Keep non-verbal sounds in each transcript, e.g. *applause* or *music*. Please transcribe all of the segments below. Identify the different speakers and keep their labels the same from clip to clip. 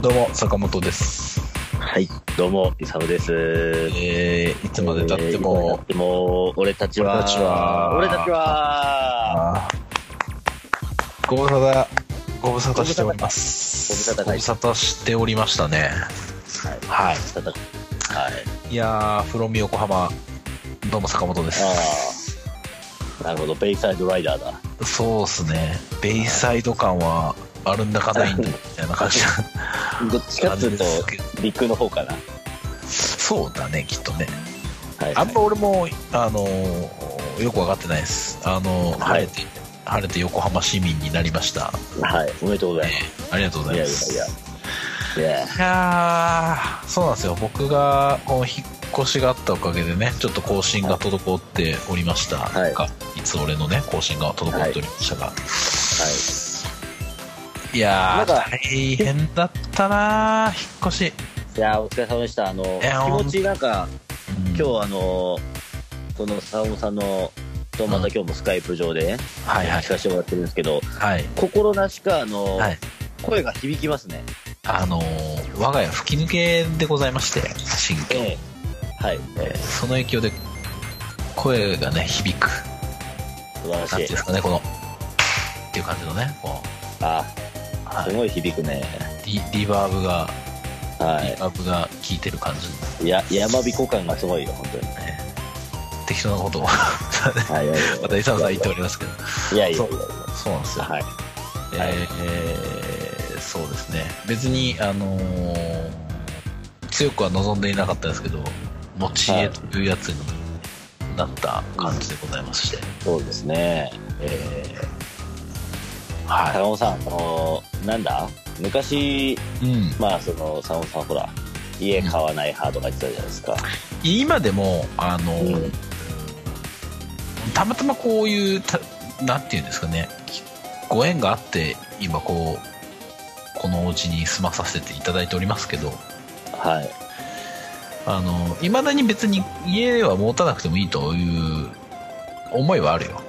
Speaker 1: どうも、坂本です。
Speaker 2: はい、どうも、イサムです。
Speaker 1: えー、いつまで経っても、
Speaker 2: えーいつまで経っても、俺たちは、
Speaker 1: 俺たちは
Speaker 2: 俺たちは、
Speaker 1: あーご無沙汰、ご無沙汰しております。
Speaker 2: ご無沙汰
Speaker 1: ご無沙汰しておりましたね。はい。
Speaker 2: ただはい、
Speaker 1: いやー、フロミ横浜、どうも坂本です。
Speaker 2: なるほど、ベイサイドライダーだ。
Speaker 1: そうっすね。ベイサイド感は、あるんだかないんだ、みたいな感じ
Speaker 2: どっち
Speaker 1: な
Speaker 2: かっ
Speaker 1: ん
Speaker 2: つう
Speaker 1: で
Speaker 2: と、
Speaker 1: すけど。
Speaker 2: 陸の方かな。
Speaker 1: *laughs* そうだね、きっとね。
Speaker 2: はい、
Speaker 1: あんま俺も、あのーよくわかってないです。あのー晴れて、晴れて横浜市民になりました。
Speaker 2: はい、おめでとうございま
Speaker 1: ありがとうございます。
Speaker 2: いやいやいす。いや
Speaker 1: いやーそうなんですよ。僕が、この引っ越しがあったおかげでね、ちょっと更新が滞っておりました。
Speaker 2: はい
Speaker 1: なんかいつ俺のね、更新が滞っておりましたが。
Speaker 2: ー
Speaker 1: い、やー、
Speaker 2: なんか
Speaker 1: 大変だったなー、引っ越し。
Speaker 2: はい。いやー、お疲れ様でした。あの、
Speaker 1: やー
Speaker 2: 気持ちなんか、
Speaker 1: うん
Speaker 2: 今日あの、この坂本さんの、とまた今日もスカイプ上でね、
Speaker 1: はいはい
Speaker 2: 聞。かせてもらってるんですけど、
Speaker 1: はい。
Speaker 2: 心なしか、あの、
Speaker 1: はい
Speaker 2: 声が響きますね。
Speaker 1: あのー我が家吹き抜けでございまして、新居。
Speaker 2: ええはい、
Speaker 1: えーその影響で声がね響く
Speaker 2: 素晴ら
Speaker 1: なんてい
Speaker 2: し
Speaker 1: うん
Speaker 2: い
Speaker 1: ですかねこのっていう感じのねこ
Speaker 2: あ
Speaker 1: う、は
Speaker 2: す
Speaker 1: い、
Speaker 2: ごい響くね
Speaker 1: リリバーブがリ
Speaker 2: は
Speaker 1: バーブが効いてる感じの
Speaker 2: いや山彦感がすごいよ本当に
Speaker 1: ね適当なことを *laughs*
Speaker 2: はいはい
Speaker 1: また伊沢さん言っておりますけど
Speaker 2: いやいやい
Speaker 1: そ
Speaker 2: や
Speaker 1: うそうなんですよ、
Speaker 2: はい
Speaker 1: え
Speaker 2: はい
Speaker 1: ーそうですね別にあのー強くは望んでいなかったですけど持ち家というやつになった感じでございまして、
Speaker 2: そうですね
Speaker 1: えーは
Speaker 2: 坂本さんあのなんだ昔
Speaker 1: い、うん、
Speaker 2: まあその坂本さんほら家買わない派とか言ってたじゃないですか、
Speaker 1: 今でもあの、
Speaker 2: うん
Speaker 1: たまたまこういうたなんていうんですかねご縁があって今こうこのお家に住まさせていただいておりますけど
Speaker 2: はい
Speaker 1: あの未だに別に家は持たなくてもいいという思いはあるよ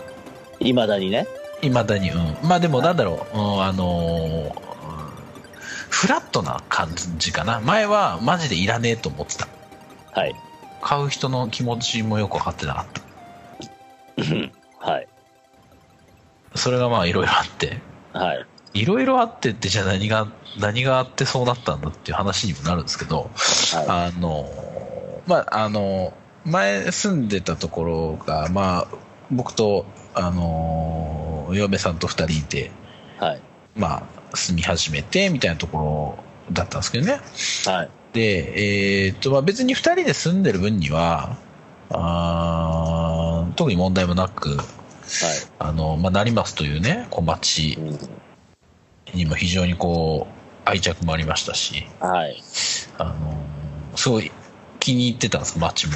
Speaker 2: いまだにね
Speaker 1: 未だにうんまあでもなんだろう、うんあのーフラットな感じかな前はマジでいらねえと思ってた
Speaker 2: はい
Speaker 1: 買う人の気持ちもよく分かってなかった
Speaker 2: はい
Speaker 1: それがまあいろいろあって
Speaker 2: はい
Speaker 1: いろいろあってってじゃあ何が何があってそうなったんだっていう話にもなるんですけど
Speaker 2: は
Speaker 1: あのまああの前住んでたところがまあ僕とあの嫁さんと2人いて
Speaker 2: いはい
Speaker 1: まあ住み始めてみたいなところだったんですけどね
Speaker 2: はい
Speaker 1: でえーっとまあ別に2人で住んでる分にはあー特に問題もなくあの、まあ、成増というね小町
Speaker 2: うん
Speaker 1: にも非常にこう愛着もありましたし、
Speaker 2: はい
Speaker 1: あのすごい気に入ってたんです街も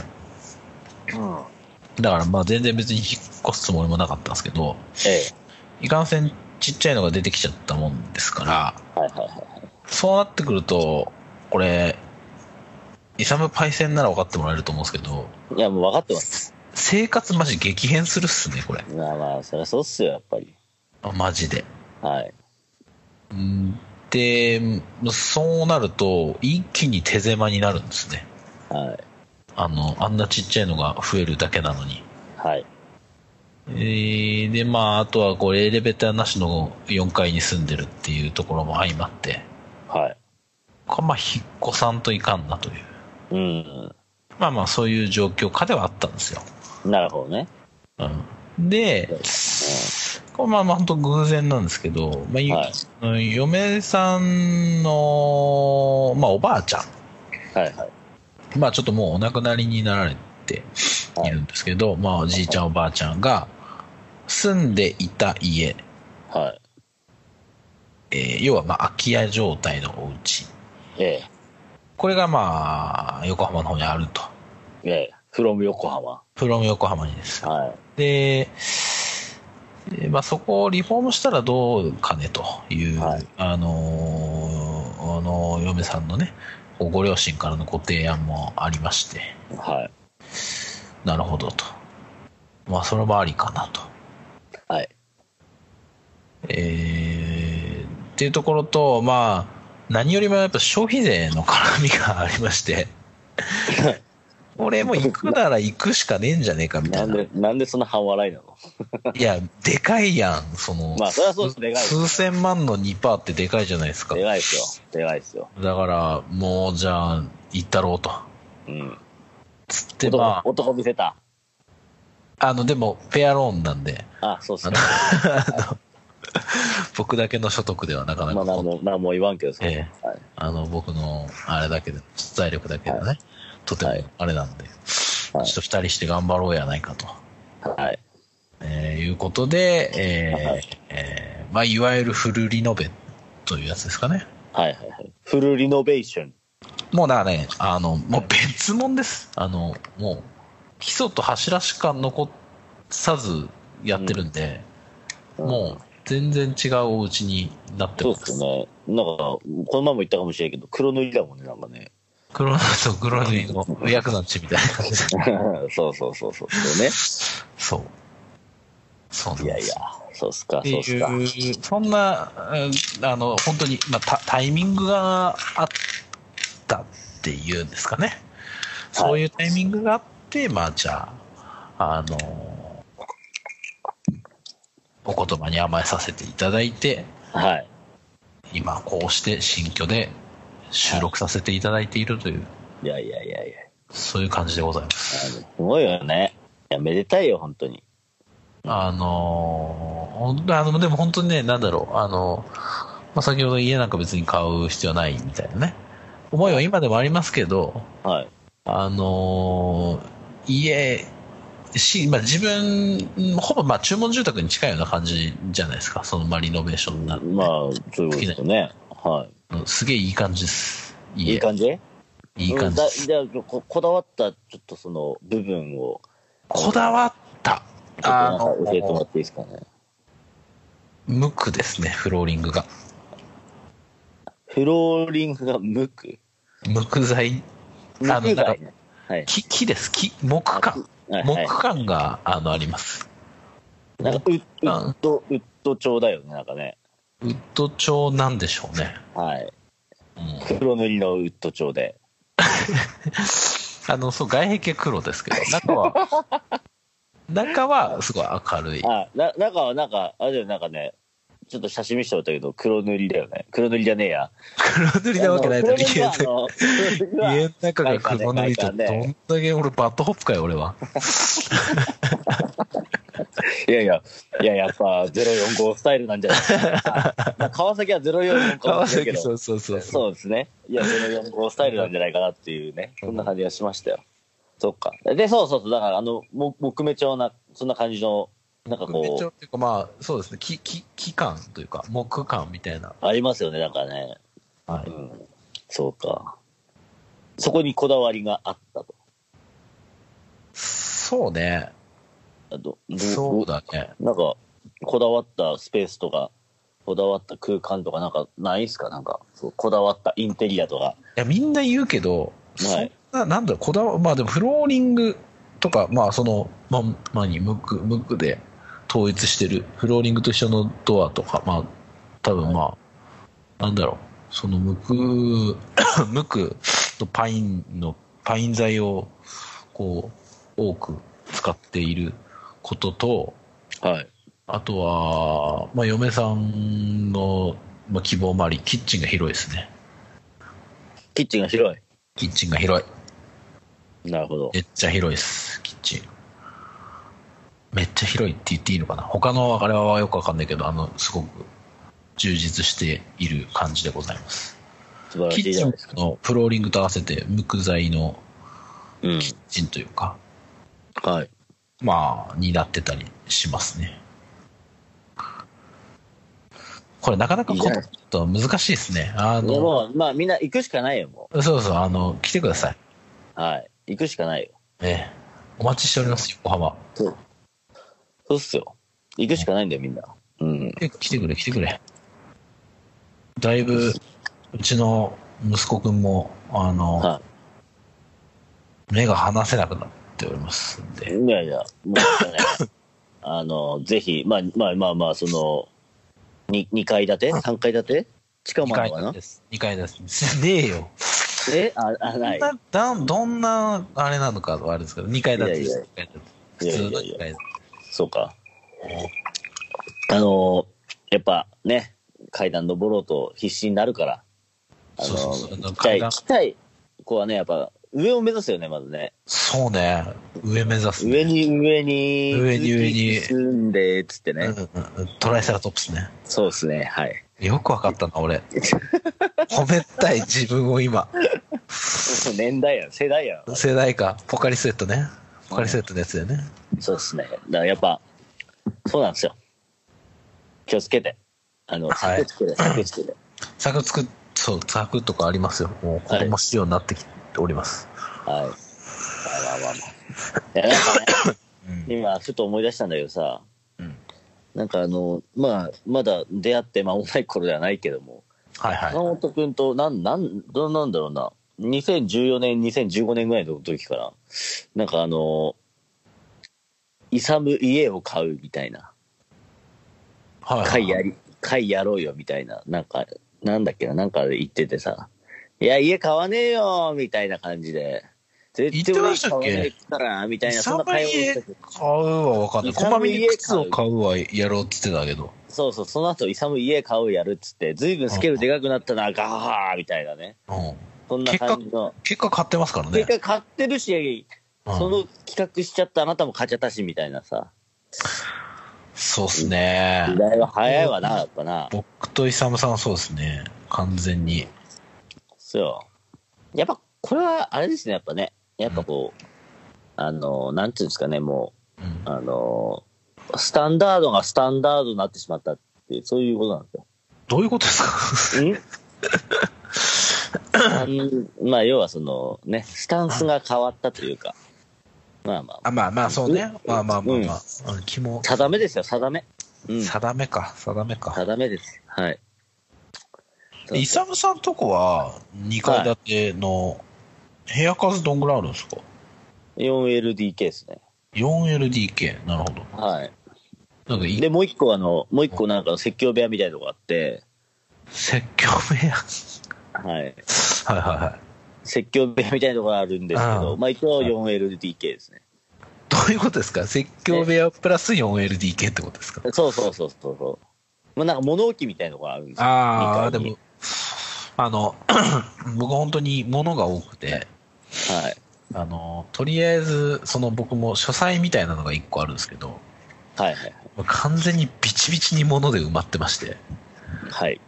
Speaker 2: うん
Speaker 1: だからまあ全然別に引っ越すつもりもなかったんですけど
Speaker 2: え
Speaker 1: いかんせんちっちゃいのが出てきちゃったもんですから
Speaker 2: えはいはいは
Speaker 1: そうなってくるとこれイサムパイセンなら分かってもらえると思うんですけど
Speaker 2: いいやもう分かってます
Speaker 1: 生活マジ激変するっすねこれ
Speaker 2: まあまあそりゃそうっすよやっぱり
Speaker 1: マジで
Speaker 2: はい
Speaker 1: うんでそうなると一気に手狭になるんですね
Speaker 2: はい
Speaker 1: あのあんなちっちゃいのが増えるだけなのに
Speaker 2: はい
Speaker 1: えーで、まあ、あとはこれエレベーターなしの4階に住んでるっていうところも相まって、
Speaker 2: はい
Speaker 1: これまあ、引っ越さんといかんなという。
Speaker 2: うん
Speaker 1: まあまあ、そういう状況下ではあったんですよ。
Speaker 2: なるほどね。
Speaker 1: うん、で、これまあまあ、本当偶然なんですけど、まあい
Speaker 2: はい
Speaker 1: うん、嫁さんの、まあ、おばあちゃ
Speaker 2: はいはい。
Speaker 1: ん、まあ、ちょっともうお亡くなりになられているんですけど、まあ、おじいちゃんおばあちゃんが住んでいた家、
Speaker 2: はい。
Speaker 1: えー要はまあ空き家状態のお家
Speaker 2: え
Speaker 1: これがまあ横浜の方にあると
Speaker 2: え。ええ。フロム横浜。
Speaker 1: プロム横浜にです
Speaker 2: は
Speaker 1: で、えーまあ、そこをリフォームしたらどうかねという、
Speaker 2: はい
Speaker 1: あのーあの嫁さんのねご両親からのご提案もありまして
Speaker 2: い。はい。
Speaker 1: なるほどとまあそれもありかなと
Speaker 2: はい。
Speaker 1: えーっていうところと、まあ、何よりもやっぱ消費税の絡みがありま
Speaker 2: *laughs*
Speaker 1: して、俺も行くなら行くしかねえんじゃねえかみた
Speaker 2: ないん
Speaker 1: な。
Speaker 2: で、なんでそんな半笑いなの
Speaker 1: いや、でかいやん、その、
Speaker 2: まあそりゃそうですでかいです
Speaker 1: 数千万の2%ってでかいじゃないですか
Speaker 2: で。かいですよ。でかいですよ。
Speaker 1: だから、もうじゃあ、行ったろうと。
Speaker 2: うん。
Speaker 1: つって、
Speaker 2: 男
Speaker 1: ま
Speaker 2: 男見せ
Speaker 1: あ、
Speaker 2: た。
Speaker 1: あの、でも、ペアローンなんで、
Speaker 2: あ、そうっすね。
Speaker 1: 僕だけの所得ではなかな
Speaker 2: まあ、
Speaker 1: か
Speaker 2: なんも、なんも言わんけどさ。
Speaker 1: え
Speaker 2: はい
Speaker 1: あの、僕の、あれだけで、財力だけでね、
Speaker 2: は
Speaker 1: とても
Speaker 2: はい
Speaker 1: あれなんで、ちょ
Speaker 2: は
Speaker 1: っ
Speaker 2: い
Speaker 1: と二人して頑張ろうやないかと、
Speaker 2: はい。
Speaker 1: えーいうことで、えー
Speaker 2: はい
Speaker 1: えーまあ、いわゆるフルリノベというやつですかね。
Speaker 2: はいはいはい。フルリノベーション。
Speaker 1: もうだからね、あの、もう別物です。あの、もう、基礎と柱しか残さずやってるんで、
Speaker 2: うん
Speaker 1: もう、全然違うお家になって
Speaker 2: そう
Speaker 1: ま
Speaker 2: っ
Speaker 1: す。
Speaker 2: すよね。なんか、この前も言ったかもしれんけど、黒塗りだもんね、なんかね。
Speaker 1: 黒のと黒塗りのヤクザの血みたいな感じで。
Speaker 2: *laughs* そうそうそうそう。そうね。
Speaker 1: そう。そうなん
Speaker 2: いや
Speaker 1: で
Speaker 2: い
Speaker 1: す
Speaker 2: や、そうっすか、
Speaker 1: って
Speaker 2: そうっすか。
Speaker 1: いう、そんな、うんあの、本当に、まあ、タタイミングがあったっていうんですかね。そういうタイミングがあって、まあ、じゃあ、あの、お言葉に甘えさせていただいて、
Speaker 2: はい。
Speaker 1: 今、こうして新居で収録させていただいているという、
Speaker 2: いやいやいやいや。
Speaker 1: そういう感じでございます。
Speaker 2: あのすごいよね。いや、めでたいよ、本当に。
Speaker 1: あのーほんあの、でも本当にね、なんだろう、あの、まあ、先ほど家なんか別に買う必要ないみたいなね、思いは今でもありますけど、
Speaker 2: はい。
Speaker 1: あのー家、し、まあ、自分、ほぼまあ注文住宅に近いような感じじゃないですか、そのまあリノベーションになる、
Speaker 2: まあ、そういうことですよね。は
Speaker 1: うんすげえいい感じです。
Speaker 2: い。
Speaker 1: 家
Speaker 2: いい感じ
Speaker 1: いい感じで
Speaker 2: うんだ
Speaker 1: す。
Speaker 2: じゃあこ、こだわった、ちょっとその部分を、
Speaker 1: こだわった、
Speaker 2: ちょっと
Speaker 1: あ
Speaker 2: なんか
Speaker 1: の
Speaker 2: 教えてもらっていいですかね。
Speaker 1: 無垢ですね、フローリングが。
Speaker 2: フローリングが無垢
Speaker 1: 無垢材、
Speaker 2: 無
Speaker 1: あのな
Speaker 2: 垢
Speaker 1: ん
Speaker 2: だ
Speaker 1: か
Speaker 2: ね。はい。
Speaker 1: 木木です、木、木感。
Speaker 2: はいは
Speaker 1: 木
Speaker 2: い。
Speaker 1: 感があのあります。
Speaker 2: なんかウッ、ウッド、ウッド調だよね、なんかね。
Speaker 1: ウッド調なんでしょうね。
Speaker 2: はい。
Speaker 1: うん
Speaker 2: 黒塗りのウッド調で。
Speaker 1: あのそう外壁黒ですけど、中は *laughs* 中はすごい明るい。
Speaker 2: あ、な、中はなんか、あれだよ、なんかね、ちょっと写真見せてもらったけど、黒塗りだよね。黒塗りじゃねえや。
Speaker 1: 黒塗りなわけないだろ家の中
Speaker 2: あの黒塗りはあの黒塗りは
Speaker 1: 家の中が黒塗りと
Speaker 2: 外
Speaker 1: ど
Speaker 2: 観
Speaker 1: ん
Speaker 2: ね外観ね
Speaker 1: だけ俺バッドホップかよ俺は。
Speaker 2: いやいや、いや、やっぱ045スタイルなんじ
Speaker 1: *laughs*
Speaker 2: ゃないですか。まあ川崎は045かも
Speaker 1: 川
Speaker 2: しれんけ
Speaker 1: 崎
Speaker 2: ど。
Speaker 1: そうそうそうそう。
Speaker 2: そうですね。いや、045スタイルなんじゃないかなっていうね、そんな感じがしましたよ。そっか。で、そうそうそう、だから、あの、も木目調な、そんな感じの、なんかこう
Speaker 1: 木目調っていうかまあそうですね木木木感というか木感みたいな。
Speaker 2: ありますよね、なんかね。
Speaker 1: は
Speaker 2: う
Speaker 1: い。
Speaker 2: ん。そうか。そこにこだわりがあったと。
Speaker 1: そうね。
Speaker 2: あとど
Speaker 1: そうだね。
Speaker 2: なんか、こだわったスペースとか、こだわった空間とか、なんか、ないっすかなんか、そうこだわったインテリアとか。
Speaker 1: いや、みんな言うけど、そ
Speaker 2: は
Speaker 1: ん
Speaker 2: い
Speaker 1: な、なんだろう、こだわ、まあでもフローリングとか、まあその、まあ、まあに、ムック、ムックで統一してる、フローリングと一緒のドアとか、まあ、多分まあ、なんだろう、そのム *coughs* ック、ムックとパインの、パイン材を、こう、多く使っていることと、
Speaker 2: はい。
Speaker 1: あとは、まあ嫁さんの、まあ、希望もあり、キッチンが広いですね。
Speaker 2: キッチンが広
Speaker 1: キッチンが広い。
Speaker 2: い。なるほど。
Speaker 1: めっちゃ広いです、キッチン。めっちゃ広いって言っていいのかな他のあれはよくわかんないけど、あの、すごく充実している感じでございます。
Speaker 2: 素晴ら
Speaker 1: キ
Speaker 2: しい
Speaker 1: ッ
Speaker 2: じ
Speaker 1: チ
Speaker 2: ゃな
Speaker 1: ン
Speaker 2: いですか。
Speaker 1: のフローリングと合わせて、無垢材の
Speaker 2: うん。
Speaker 1: キッチンというか、
Speaker 2: はい。
Speaker 1: まあ、になってたりしますね。これなかなかことちょっと難しいですね。あ
Speaker 2: で
Speaker 1: の、
Speaker 2: も、まあ、みんな行くしかないよ、も
Speaker 1: そうそう、あの、来てください。
Speaker 2: う。はい。行くしかないよ。
Speaker 1: ね、お待ちしております、横浜。
Speaker 2: そう。そうっすよ。行くしかないんだよ、みんな。うん。
Speaker 1: え来てくれ、来てくれ。だいぶ、うちの息子くんも、あの、
Speaker 2: は
Speaker 1: 目が離せなくなっておりますんで。
Speaker 2: い。いやいや、もうね、 *laughs* あの、ぜひ、まあまあまあまあ、その、に二階建て三階建て近
Speaker 1: 2
Speaker 2: 間
Speaker 1: 階
Speaker 2: かな
Speaker 1: です。2階です。ねえよ。
Speaker 2: えあ、あ、
Speaker 1: ど
Speaker 2: なんい。
Speaker 1: な、だどんな、あれなのかはあれですけど、2階建てで
Speaker 2: いやい
Speaker 1: す
Speaker 2: や。
Speaker 1: 二階建て
Speaker 2: いやい
Speaker 1: 普通の
Speaker 2: やい
Speaker 1: 2
Speaker 2: や、
Speaker 1: 階建て。
Speaker 2: そうか。あのー、やっぱね、階段登ろうと必死になるから、あ
Speaker 1: そうそうそう
Speaker 2: の、来た
Speaker 1: 階
Speaker 2: い、
Speaker 1: 段
Speaker 2: 来たい子はね、やっぱ上を目指すよね、まずね。
Speaker 1: そうね。上目指すね。
Speaker 2: 上に上に
Speaker 1: 上に上に
Speaker 2: 住んでっつってね、
Speaker 1: うんうんうんトライセラトプスね。
Speaker 2: そうですねはい *laughs*
Speaker 1: よくわかったな、俺。褒めたい自分を今。
Speaker 2: 年代やん世代やん
Speaker 1: 世代か。ポカリスエットね。ポカリスエットのやつだよね。
Speaker 2: そうですねだからやっぱそうなんですよ気をつけてあの
Speaker 1: はい
Speaker 2: 柵つけて柵つけて
Speaker 1: 柵作っ、そう、柵とかありますよ。もう子供仕様になってきております。
Speaker 2: はいまあまあまあまあいやなんかね
Speaker 1: うん
Speaker 2: 今ふと思い出したんだけどさ、
Speaker 1: うん
Speaker 2: なんかあのまあまだ出会って間もない頃ではないけども
Speaker 1: はいはい
Speaker 2: 山。本君となんなんどうなんだろうな2014年2015年ぐらいの時からなんかあの勇む家を買うみたいな
Speaker 1: はいはい
Speaker 2: 会やり会やろうよみたいななんかなんだっけななんか言っててさ「いや家買わねえよ」みたいな感じで「絶対俺買わねえから」みたいなそんな会話をして
Speaker 1: 家
Speaker 2: て
Speaker 1: 買うは分かんない。こ
Speaker 2: 勇家
Speaker 1: まめに靴を買うはやろうって言ってたけど。
Speaker 2: そうそう、その後、イサム家買うやるっつって、ずいぶんスケールでかくなったな、ガハーみたいなね。
Speaker 1: うん。
Speaker 2: そんな感じの。
Speaker 1: 結果買ってますからね
Speaker 2: 結。果買ってるし、
Speaker 1: うん
Speaker 2: その企画しちゃったあなたも買っちゃったし、みたいなさ。
Speaker 1: そうっすね。
Speaker 2: 時代は早いわな、やっぱな。
Speaker 1: 僕とイサムさんはそうですね。完全に。
Speaker 2: そう。やっぱ、これは、あれですね、やっぱね。やっぱこう、あの、なんていうんですかね、も
Speaker 1: うん
Speaker 2: う、あの、スタンダードがスタンダードになってしまったっていう、そういうことなんですよ。
Speaker 1: どういうことですか
Speaker 2: *laughs* うんまあ要はそのねスタンスが変わったというかまあまあ
Speaker 1: あまあまあ、そうね。
Speaker 2: うん
Speaker 1: まあまあまあまあ。うん、気も、
Speaker 2: 定めですよ定め、うん、
Speaker 1: 定めか、定めか。
Speaker 2: 定めですはい
Speaker 1: イサムさんとこは、2階建ての、部屋数どんぐらいあるんですか
Speaker 2: 4LDK ですね
Speaker 1: ?4LDK。なるほ
Speaker 2: はい
Speaker 1: ど。なんかいい
Speaker 2: で、もう一個あのもう一個なんか説教部屋みたいなとこあって
Speaker 1: 説教部屋。 *laughs*
Speaker 2: はい
Speaker 1: はいはいはい。
Speaker 2: 説教部屋みたいなとこがあるんですけど
Speaker 1: あー
Speaker 2: まあ一応 4LDK ですね
Speaker 1: どういうことですか説教部屋プラス 4LDK ってことですか
Speaker 2: そうそうそうそうそうまあなんか物置みたいなとこがあるんですよ
Speaker 1: ああ、
Speaker 2: 二
Speaker 1: で
Speaker 2: 階に
Speaker 1: も、あの、 *coughs* 僕本当に物が多くて、
Speaker 2: はい
Speaker 1: あの、とりあえず、その僕も書斎みたいなのが1個あるんですけど、
Speaker 2: はいはい
Speaker 1: 完全にビチビチに物で埋まってまして、
Speaker 2: はい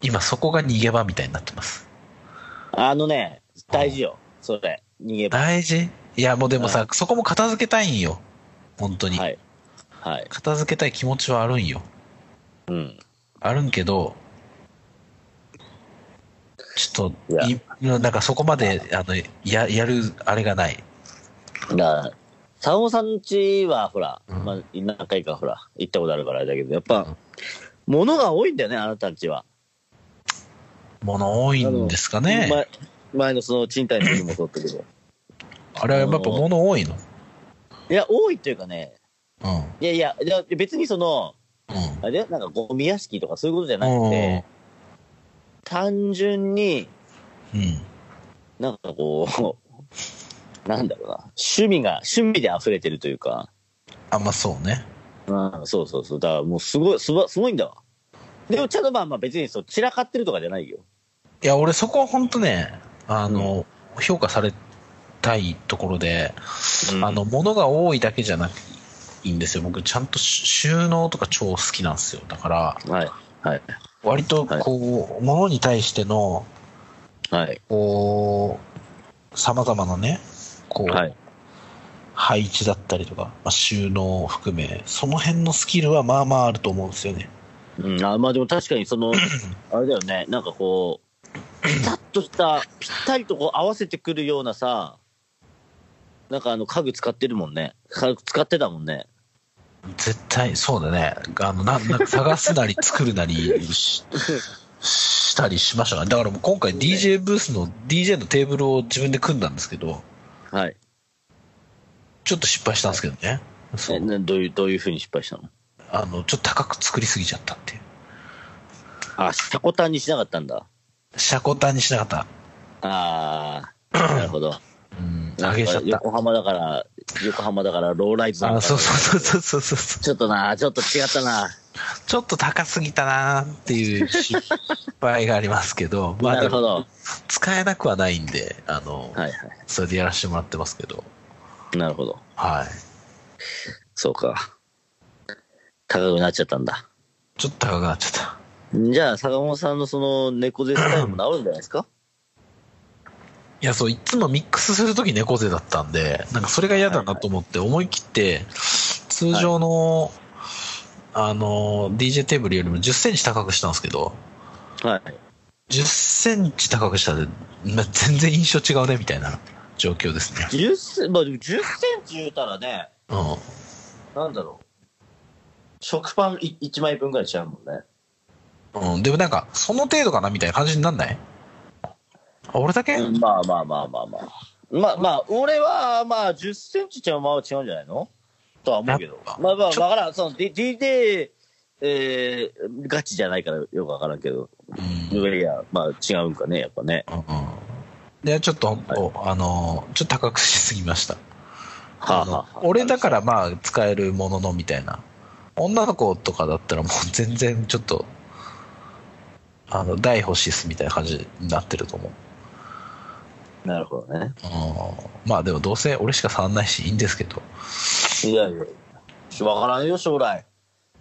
Speaker 1: 今そこが逃げ場みたいになってます。
Speaker 2: あのね大事よそれ逃げ場
Speaker 1: 大事いや、もうでもさ、そこも片付けたいんよ。本当に。
Speaker 2: はいはい
Speaker 1: 片付けたい気持ちはあるんよ。
Speaker 2: うん
Speaker 1: あるんけど、ちょっ
Speaker 2: い
Speaker 1: と、
Speaker 2: や
Speaker 1: いなんかそこまで、あの、や、やる、あれがない。
Speaker 2: だから、坂本さんちは、ほら、
Speaker 1: うん
Speaker 2: まあ、何回かほら、行ったことあるからあれだけど、やっぱ、
Speaker 1: うん
Speaker 2: 物が多いんだよね、あなたたちは。
Speaker 1: もの多いんですかね。
Speaker 2: 前前のその賃貸の時もそうだっ
Speaker 1: *laughs*
Speaker 2: たけど。
Speaker 1: あれはやっぱもの多いの。
Speaker 2: いや、多いっていうかね、
Speaker 1: うん。うん。
Speaker 2: いやいや、いや別にその、あれだよなんかゴミ屋敷とかそういうことじゃなくて、単純に、
Speaker 1: うん。
Speaker 2: なんかこう、 *laughs* なんだろうな、趣味が、趣味で溢れてるというか、
Speaker 1: あ、まあそうね。
Speaker 2: うん、そうそうそう、だからもうすごい、すばすごいんだわ。でも、ちゃんとまあまあ別にそう散らかってるとかじゃないよ。
Speaker 1: いや、俺そこは本当ね、あの、評価されたいところで、
Speaker 2: うん
Speaker 1: あの、物が多いだけじゃなくいいんですよ。僕、ちゃんとし収納とか超好きなんですよ。だから、
Speaker 2: はい、はい、
Speaker 1: 割とこう、物に対しての、
Speaker 2: はい、
Speaker 1: こう、様々なね、こう、
Speaker 2: はい。
Speaker 1: 配置だったりとか、まあ、収納を含め、その辺のスキルはまあまああると思うんですよね。
Speaker 2: うん、あまあでも確かにそ
Speaker 1: *clears throat*
Speaker 2: の、あれだよね、なんかこう、ピタッとした、ぴったりとこう合わせてくるようなさ、なんかあの家具使ってるもんね。家具使ってたもんね。
Speaker 1: 絶対、そうだね。あの、ななんか探すなり作るなりししたりしましたね。だからもう今回
Speaker 2: そうね
Speaker 1: DJ ブースの DJ のテーブルを自分で組んだんですけど、
Speaker 2: はい。
Speaker 1: ちょっと失敗したんですけどね。そ
Speaker 2: え
Speaker 1: う。
Speaker 2: などういう、どういうふうに失敗したの
Speaker 1: あの、ちょっと高く作りすぎちゃったっていう。
Speaker 2: あ、シャコタンにしなかったんだ。
Speaker 1: シャコタンにしなかった。
Speaker 2: あ
Speaker 1: *clears throat*
Speaker 2: あ、なるほど。
Speaker 1: うん、
Speaker 2: な
Speaker 1: あ
Speaker 2: ん
Speaker 1: げ
Speaker 2: か
Speaker 1: ちゃった。
Speaker 2: 横浜だから、横浜だからローライズなの
Speaker 1: あ、
Speaker 2: か
Speaker 1: そうそうそうそうそうそう。
Speaker 2: ちょっとな、ちょっと違ったな。
Speaker 1: ちょっと高すぎたなっていう失敗がありますけ
Speaker 2: *laughs*
Speaker 1: ど、まあ
Speaker 2: な
Speaker 1: で
Speaker 2: るほ
Speaker 1: も
Speaker 2: ど。
Speaker 1: 使えなくはないんで、あの、
Speaker 2: はいは
Speaker 1: それでやらせてもらってますけど、
Speaker 2: い。なるほど。
Speaker 1: はい。
Speaker 2: そうか。高くなっちゃったんだ。
Speaker 1: ちょっと高くなっちゃった。
Speaker 2: じゃあ、坂本さんのその猫背スタイルも治るんじゃないですか
Speaker 1: いや、そう、いつもミックスするとき猫背だったんで、なんかそれが嫌だなと思って、思い切って、通常の、あの、DJ テーブルよりも10センチ高くしたんですけど、
Speaker 2: はい。
Speaker 1: 10センチ高くしたら、ま全然印象違うね、みたいな状況ですね。
Speaker 2: 10セン、まあでも10センチ言うたらね、
Speaker 1: うん。
Speaker 2: なんだろう。食パン1枚分ぐらいちゃうもんね。
Speaker 1: うん、でもなんか、その程度かなみたいな感じになんないあ俺だけ、
Speaker 2: うんまあまあまあまあまあ。まあまあ、俺はまあ10センチちゃうまは違うんじゃないのとは思うけど
Speaker 1: やっ。ぱ
Speaker 2: まあまあ、わ
Speaker 1: ちょ
Speaker 2: からん。その D- DD、えー、ガチじゃないからよくわからんけど。
Speaker 1: うん
Speaker 2: いやいや、まあ違うんかね、やっぱね。
Speaker 1: うんで、ちょっと本当、あのー、ちょっと高くしすぎました。
Speaker 2: はあ
Speaker 1: あの
Speaker 2: はあはあ
Speaker 1: 俺だからまあ、使えるもののみたいな。女の子とかだったらもう全然ちょっと、あの、大欲しいっすみたいな感じになってると思う。
Speaker 2: なるほどね。
Speaker 1: うん、まあでもどうせ俺しか触んないしいいんですけど。
Speaker 2: いやいや、わからんよ、将来。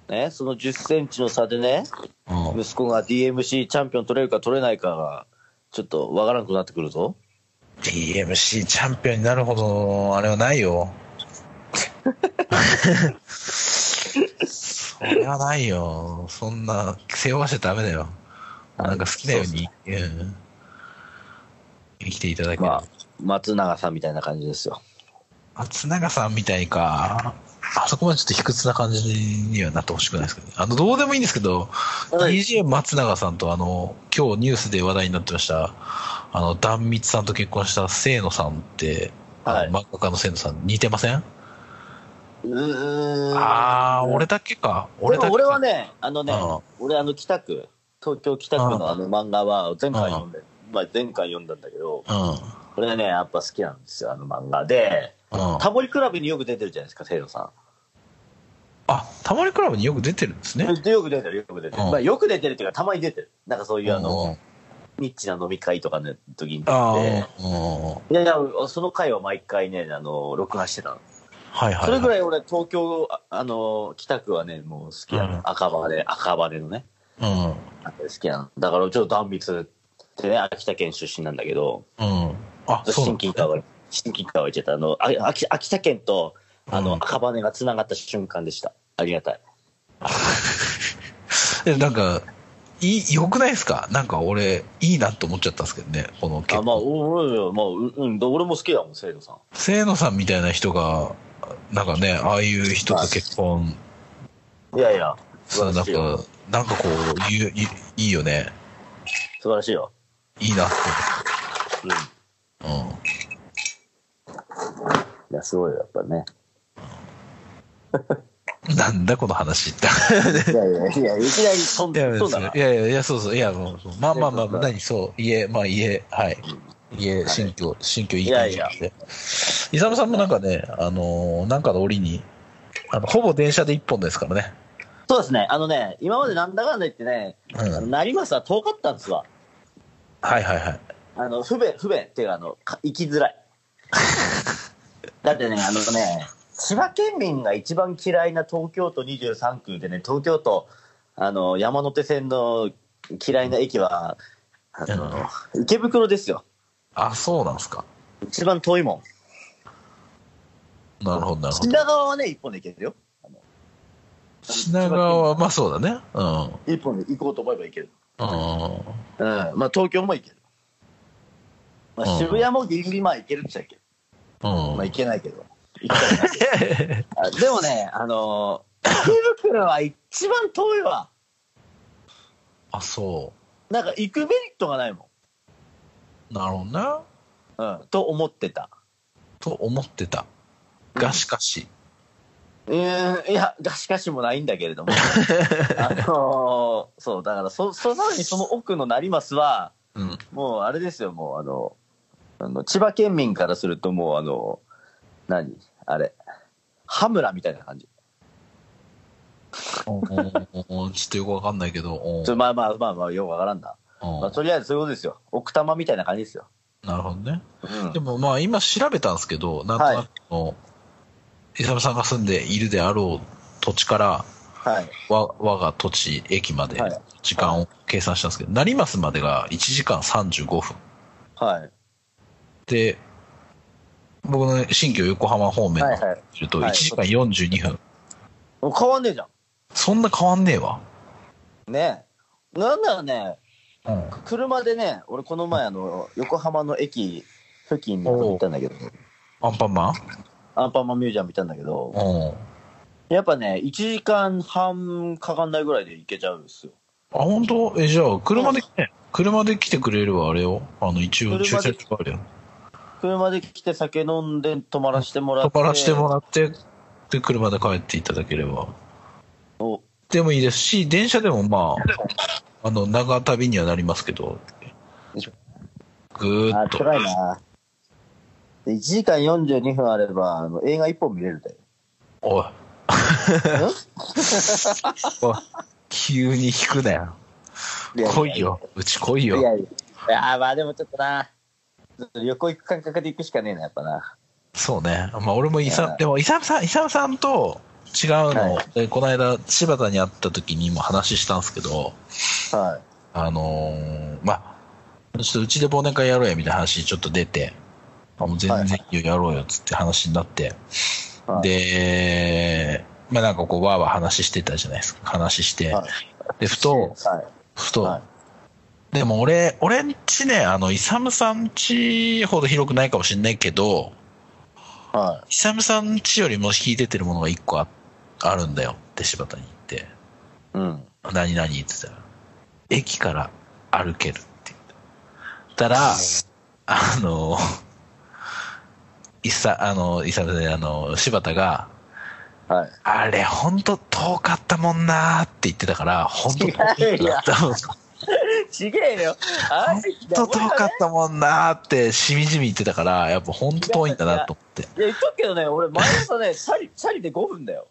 Speaker 2: ね、その10センチの差でね、
Speaker 1: うん、
Speaker 2: 息子が DMC チャンピオン取れるか取れないかが、ちょっとわからんくなってくるぞ。
Speaker 1: DMC チャンピオンになるほど、あれはないよ。それはないよ。そんな、背負わせちゃダメだよ。なんか好きなように、うん生きていただければ
Speaker 2: まあ、松永さんみたいな感じですよ。
Speaker 1: 松永さんみたいか。あそこまでちょっと卑屈な感じにはなってほしくないですけど、ね、あの、どうでもいいんですけど、
Speaker 2: はい
Speaker 1: DJ 松永さんとあの、今日ニュースで話題になってました、あの、壇蜜さんと結婚した清野さんって、
Speaker 2: は
Speaker 1: はいい、漫画家の清野さん似てません、
Speaker 2: うーん。
Speaker 1: あー、俺だけか。俺
Speaker 2: 俺
Speaker 1: だけか
Speaker 2: 俺はね、あのね、
Speaker 1: ああ
Speaker 2: 俺あの北区、東京北区のあの漫画は前回読んで、まあ前回読んだんだけど、
Speaker 1: うん。うん。
Speaker 2: これね、やっぱ好きなんですよ、あの漫画で。タモリクラブによく出てるじゃないですか、聖野さん。
Speaker 1: あ、タモリクラブによく出てるんですね。
Speaker 2: よく出てる、よく出てる。
Speaker 1: うん
Speaker 2: まあ、よく出てるっていうか、たまに出てる。なんかそういうあ
Speaker 1: うんう
Speaker 2: の、
Speaker 1: ん
Speaker 2: ニッチな飲み会とかの時に
Speaker 1: あ
Speaker 2: 出て
Speaker 1: ー、うんうん
Speaker 2: いやいや、その回は毎回ね、あの、録画してたの。
Speaker 1: はいはい。
Speaker 2: それぐ
Speaker 1: い。
Speaker 2: らい俺、東京、ああの、北区はね、もう好きな
Speaker 1: うん
Speaker 2: の。赤羽で、赤羽のね、
Speaker 1: うん。
Speaker 2: 好きなの。だから、ちょっと断密ってね、秋田県出身なんだけど、
Speaker 1: うん。あ、そうな
Speaker 2: 親
Speaker 1: んです
Speaker 2: 近
Speaker 1: ね
Speaker 2: 感は、親近感は言っちゃった。あの、あ秋秋田県と、あの、
Speaker 1: うん
Speaker 2: 赤羽が繋がった瞬間でした。ありがたい。
Speaker 1: でなんか、いい、良くないですかなんか俺、いいなと思っちゃったんですけどね、この結
Speaker 2: あ、まあ、
Speaker 1: 構。
Speaker 2: 俺、まあ、うんうん、俺も好きだもん、生徒さん。
Speaker 1: 清野さんみたいな人が、なんかね、ああいう人と結婚
Speaker 2: いやいや、
Speaker 1: する、なん
Speaker 2: 素晴ら
Speaker 1: か、なんかこう、いいいいよね。
Speaker 2: 素晴らしいよ。
Speaker 1: いいなって。
Speaker 2: うん。い
Speaker 1: うん。
Speaker 2: や、すごいよ、やっぱね。
Speaker 1: なんだこの
Speaker 2: *laughs*
Speaker 1: 話って。
Speaker 2: いやいやいや、いきなり飛ん
Speaker 1: いや
Speaker 2: で、飛んだな。
Speaker 1: いやいやいや、そうそう。いや、もう、そうまあまあまあ
Speaker 2: そうそ、う
Speaker 1: 何、そう、家、まあ家、はい。家、新居、新居いい感じなん
Speaker 2: い
Speaker 1: で。イサムさんもなんかね、あのーなんかの折に、あの、ほぼ電車で一本ですからね。
Speaker 2: そうですね、あのね、今までなんだかんだ言ってね、
Speaker 1: うん
Speaker 2: あの成増は遠かったんですわ。
Speaker 1: はいはいはい。
Speaker 2: あの、不便、不便っていうか、あの、か行き
Speaker 1: *laughs*
Speaker 2: づらい。だってね、あのね、千葉県民が一番嫌いな東京都23区でね、東京都、あの、山手線の嫌いな駅は、あの、池袋ですよ。
Speaker 1: あ、そうなんですか。
Speaker 2: 一番遠いもん。
Speaker 1: なるほど、なるほど。
Speaker 2: 品川はね、一本で行けるよ。
Speaker 1: 品川は、まあそうだね。うん。うん。
Speaker 2: 一本で行こうと思えば行ける。
Speaker 1: あ
Speaker 2: うん。まあ、東京も行ける。ま
Speaker 1: う
Speaker 2: あ、
Speaker 1: ん
Speaker 2: 渋谷もギリギリまあ行けるっちゃ行ける。
Speaker 1: ーう
Speaker 2: まあ、
Speaker 1: ん。
Speaker 2: 行けないけど。行きたいなあ *laughs* でもね、あのー、池袋は一番遠いわ。
Speaker 1: *laughs* あ、そ
Speaker 2: なんか行くメリットがないも
Speaker 1: う。なるほどね。
Speaker 2: ん。うん。と思ってた。
Speaker 1: と思ってた。が、しかし。
Speaker 2: うーん、いや、がしかしもないんだけ
Speaker 1: *laughs*
Speaker 2: れども。あのーそう、だから、そ、そ、さらにその奥の成増は、
Speaker 1: うん。
Speaker 2: もうあれですよ、もうあの、あの千葉県民からするともうあの、何あれ、羽村みたいな感じ。
Speaker 1: おーおーおーちょっとよくわかんないけど、おー
Speaker 2: ちょまあまあまあまあ、よくわからんな。
Speaker 1: おー
Speaker 2: まあ、とりあえずそういうことですよ。奥多摩みたいな感じですよ。
Speaker 1: なるほどね。
Speaker 2: うん
Speaker 1: でもまあ今調べたんですけど、なんとなくその、イサムさんが住んでいるであろう土地から、
Speaker 2: はい。
Speaker 1: わ我が土地駅まで
Speaker 2: はい
Speaker 1: 時間を計算したんですけど、成増までが1時間35分。
Speaker 2: はい。
Speaker 1: で、僕の新居横浜方面
Speaker 2: は
Speaker 1: の
Speaker 2: いはい。
Speaker 1: すると
Speaker 2: はい
Speaker 1: 1時間42分。
Speaker 2: もう変わんねえじゃ
Speaker 1: そんな変わんねえわ。
Speaker 2: ん。ねえ。なんだろうね、
Speaker 1: うん。
Speaker 2: 車でね、俺この前あの、横浜の駅付近に行ったんだけど、
Speaker 1: アンパンマン
Speaker 2: アンパンマンミュージアム行ったんだけど、
Speaker 1: うん。
Speaker 2: やっぱね、1時間半かかんないぐらいで行けちゃうんですよ。
Speaker 1: あ、本当？え、じゃあ、車で来て、車で来てくれればあれよ。あの、一応
Speaker 2: 車で
Speaker 1: 駐車場あるよ。
Speaker 2: 車で来て酒飲んで泊まらしてもらって。
Speaker 1: 泊まらしてもらって、で、車で帰っていただければ。
Speaker 2: お
Speaker 1: でもいいですし、電車でもま
Speaker 2: *laughs*
Speaker 1: あ、あの、長旅にはなりますけど
Speaker 2: よいしょ、
Speaker 1: ぐー
Speaker 2: あ、
Speaker 1: っと。
Speaker 2: 辛いな。で1時間42分あれば、あの映画1本見れるだよ。
Speaker 1: おい。 *laughs* おい急に引くなよ。
Speaker 2: いや
Speaker 1: 来い。よ。うち来い
Speaker 2: いやいや
Speaker 1: よ。
Speaker 2: いや、あーまあでもちょっとな。ちょっと旅行行く感覚で行くしかねえな、やっぱな。
Speaker 1: そうね。まあ俺もイ
Speaker 2: は
Speaker 1: サ、
Speaker 2: い
Speaker 1: でもイサムさん、イサムさんと違うの、
Speaker 2: は
Speaker 1: でこの間柴田に会った時にも話したんですけど、
Speaker 2: は
Speaker 1: あのーまあ、ちょっとうちで忘年会やろうやみたいな話ちょっと出て、あもう全然いいよやろうよっつって話になって、
Speaker 2: い。はい、
Speaker 1: で、まあなんかこうわーわー話してたじゃないですか。話して、
Speaker 2: はい
Speaker 1: で、ふと、
Speaker 2: は
Speaker 1: ふと、
Speaker 2: はい
Speaker 1: でも俺、俺んちね、あの、イサムさんちほど広くないかもしんないけど、
Speaker 2: い。は
Speaker 1: イサムさんちよりも引いてってるものが一個ああるんだよって柴田に言って、
Speaker 2: い。うん。
Speaker 1: 何々って言ってたら、駅から歩けるって言った。たら、あの、いさ、あの、いさで、あの、柴田が、
Speaker 2: はい。
Speaker 1: あれ、ほんと遠かったもんなーって言ってたから、ほんと遠かったもん
Speaker 2: ちげえよ。あ
Speaker 1: ほんと遠かったもんなーってしみじみ言ってたから、やっぱほんと遠いんだなと思って。
Speaker 2: いや、言っとくけどね、俺、毎朝ね、チャリ、チャリで5分だよ。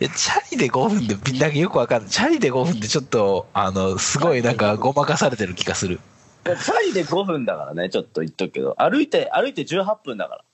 Speaker 1: いや、チャリで5分で、なんかよくわかんない。チャリで5分でちょっと、あの、すごいなんかごまかされてる気がする。
Speaker 2: チャリで5分だからね、ちょっと言っとくけど。歩いて、歩いて18分だから。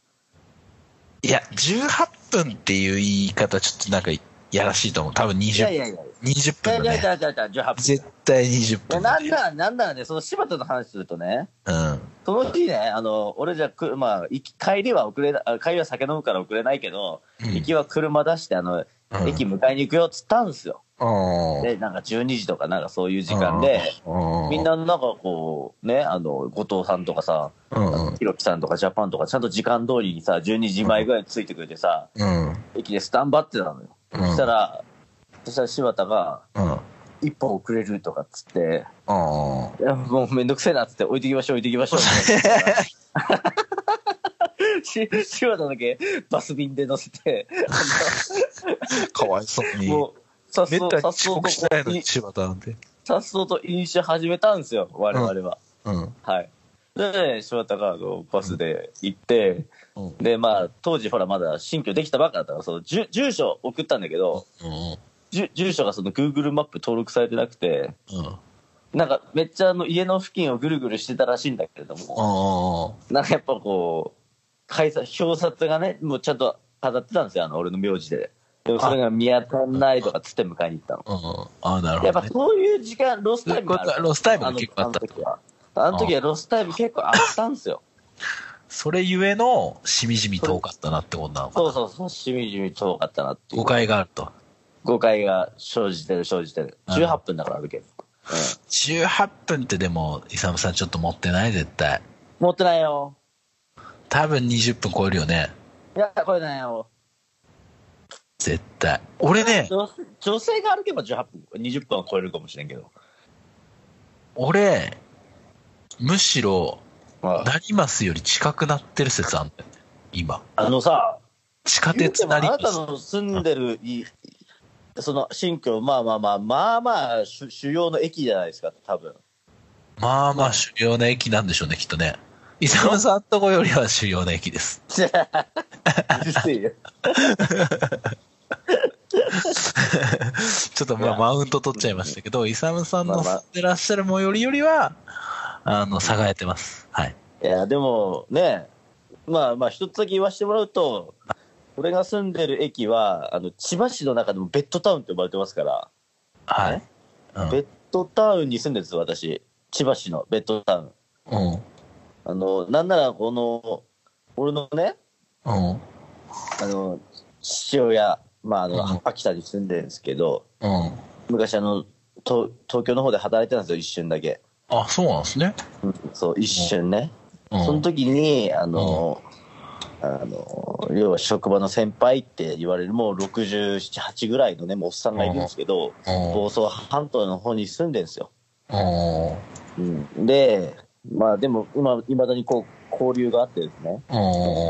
Speaker 1: いや、18分っていう言い方、ちょっとなんか、やらしいと思う。多分
Speaker 2: いやい
Speaker 1: 20、
Speaker 2: やいや。
Speaker 1: 20
Speaker 2: いや
Speaker 1: 分
Speaker 2: い
Speaker 1: だ
Speaker 2: やい
Speaker 1: ね。
Speaker 2: やいやいや、18分。
Speaker 1: 絶対20
Speaker 2: いや
Speaker 1: 分だ
Speaker 2: なん
Speaker 1: ね。
Speaker 2: なら、なんならね、その柴田の話するとね、
Speaker 1: うん。
Speaker 2: その日ね、あの、俺じゃく、まあ、行き帰りは遅れな、あ帰りは酒飲むから遅れないけど、
Speaker 1: うん
Speaker 2: 行きは車出して、あの、
Speaker 1: うん
Speaker 2: 駅迎えに行くよっつったんですよ。
Speaker 1: うん
Speaker 2: で、なんか12時とかなんかそういう時間で、
Speaker 1: う
Speaker 2: みん、ななんかこう、ね、あの、後藤さんとかさ、
Speaker 1: うんうん
Speaker 2: ひろきさんとかジャパンとか、ちゃんと時間通りにさ、12時前ぐらいについてくれてさ、
Speaker 1: うん。
Speaker 2: 駅でスタンバってたのよ。
Speaker 1: う
Speaker 2: そ
Speaker 1: ん
Speaker 2: したら、そしたら柴田が、
Speaker 1: うん。うん
Speaker 2: 一歩遅れるとかっつって、
Speaker 1: うん
Speaker 2: いや、もうめんどくせえなっつって、置いてきましょう、置いてき
Speaker 1: *laughs*
Speaker 2: ましょうって言ってたら。し柴田だけバス便で乗せて、
Speaker 1: かわいそうに。
Speaker 2: もう、さっ
Speaker 1: め
Speaker 2: そ
Speaker 1: っ
Speaker 2: う
Speaker 1: たに
Speaker 2: さっ
Speaker 1: 遅
Speaker 2: そうと
Speaker 1: 刻しないの
Speaker 2: こう
Speaker 1: に、
Speaker 2: に、
Speaker 1: 柴田なんて。
Speaker 2: さっそうと飲酒始めたんですよ、我々は。
Speaker 1: うん。
Speaker 2: はい。で、柴田があのバスで行って、
Speaker 1: うん。うん
Speaker 2: で、まあ、当時ほら、まだ新居できたばっかだったから、その住住所送ったんだけど、住住所がその Google マップ登録されてなくて、
Speaker 1: うん。うん
Speaker 2: なんかめっちゃあの家の付近をぐるぐるしてたらしいんだけれども、なんかやっぱこう、改札、表札がね、もうちゃんと飾ってたんですよ、あの、俺の名字で。でもそれが見当たらないとかつって迎えに行ったの。
Speaker 1: うん。ああ、なる
Speaker 2: や
Speaker 1: ほど
Speaker 2: っぱ
Speaker 1: ね。
Speaker 2: そういう時間、ロスタイムがあ
Speaker 1: こ
Speaker 2: る。
Speaker 1: れロスタイムが結構あった
Speaker 2: あの時は。あの時はロスタイム結構あったんですよ。
Speaker 1: それゆえの、しみじみ遠かったなってことなのかな。
Speaker 2: そうそうそう、しみじみ遠かったなっていう
Speaker 1: 誤。解があると。
Speaker 2: 誤解が生じてる、生じてる。
Speaker 1: うん
Speaker 2: 18分だから歩ける。うん
Speaker 1: 18分ってでも、イサムさんちょっと持ってない絶対。
Speaker 2: 持ってないよ。
Speaker 1: 多分20分超えるよね。
Speaker 2: いや、これないよ。
Speaker 1: 絶対。俺ね、
Speaker 2: 女女性が歩けば18分、20分は超えるかもしれんけど。
Speaker 1: 俺、むしろ、
Speaker 2: まあ
Speaker 1: なりますより近くなってる説あんだよね。今。
Speaker 2: あのさ、
Speaker 1: 地下鉄なり
Speaker 2: 言うてもあなたの住んでるい、その新居、まあまあまあ、まあまあ主、主要の駅じゃないですか、多
Speaker 1: *laughs*
Speaker 2: 分
Speaker 1: まあまあ主要な駅なんでしょうね、きっとね。伊沢さんとこよりは主要な駅です。
Speaker 2: うるせえよ。
Speaker 1: ちょっとまあ
Speaker 2: いや
Speaker 1: マウント取っちゃいましたけど、伊沢さん
Speaker 2: ま
Speaker 1: の
Speaker 2: あ
Speaker 1: 住
Speaker 2: まあ
Speaker 1: んでらっしゃる最寄りよりは、あの、差がえてます。はい。
Speaker 2: いや、でもね、まあまあ、一つだけ言わせてもらうと、俺が住んでる駅は、あの千葉市の中でもベッドタウンって呼ばれてますから、
Speaker 1: はい。うん
Speaker 2: ベッドタウンに住んでるんです、私、千葉市のベッドタウン。
Speaker 1: うん。
Speaker 2: あのなんなら、この、俺のね、
Speaker 1: うん。
Speaker 2: あの父親、まああ
Speaker 1: うん
Speaker 2: の、秋田に住んでるんですけど、
Speaker 1: うん。
Speaker 2: 昔あの東、東京の方で働いてたんですよ、一瞬だけ。
Speaker 1: あ、そうなんですね。
Speaker 2: そう、一瞬ね。
Speaker 1: うん。
Speaker 2: その時に、あの、あの、要は職場の先輩って言われる、もう67、8ぐらいのね、もうおっさんがいるんですけど、
Speaker 1: うん
Speaker 2: 房総半島の方に住んでるんですよ。
Speaker 1: うん。
Speaker 2: うん、で、まあでも、今、いまだにこう、交流があってですね、
Speaker 1: う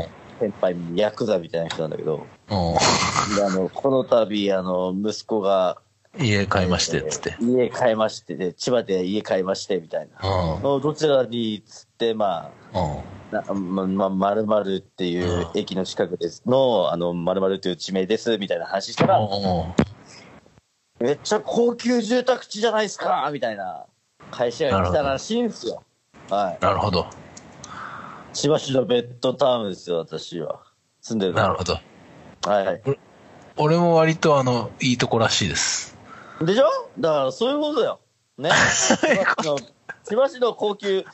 Speaker 1: ん。
Speaker 2: 先輩もヤクザみたいな人なんだけど、
Speaker 1: うん。
Speaker 2: であの、この度、あの、息子が、
Speaker 1: 家買いまして、つって。
Speaker 2: えー家買いまして、で千葉で家買いまして、みたいな。
Speaker 1: うん。うん。
Speaker 2: のどちらに、つって、まあ、なま、ま、まるまるっていう
Speaker 1: うん
Speaker 2: 駅の近くですの、あの、まるまるという地名です、みたいな話したら、めっちゃ高級住宅地じゃないですか、みたいな会社が来たらしいんですよ。は
Speaker 1: なるほど。
Speaker 2: い。千葉市のベッドタウンですよ、私は。住んでるの
Speaker 1: なるほど。
Speaker 2: はい。
Speaker 1: 俺も割とあの、いいとこらしいです。
Speaker 2: でしょだからそういうことだよ。
Speaker 1: *laughs*
Speaker 2: ね。千葉市の千葉市の高級、い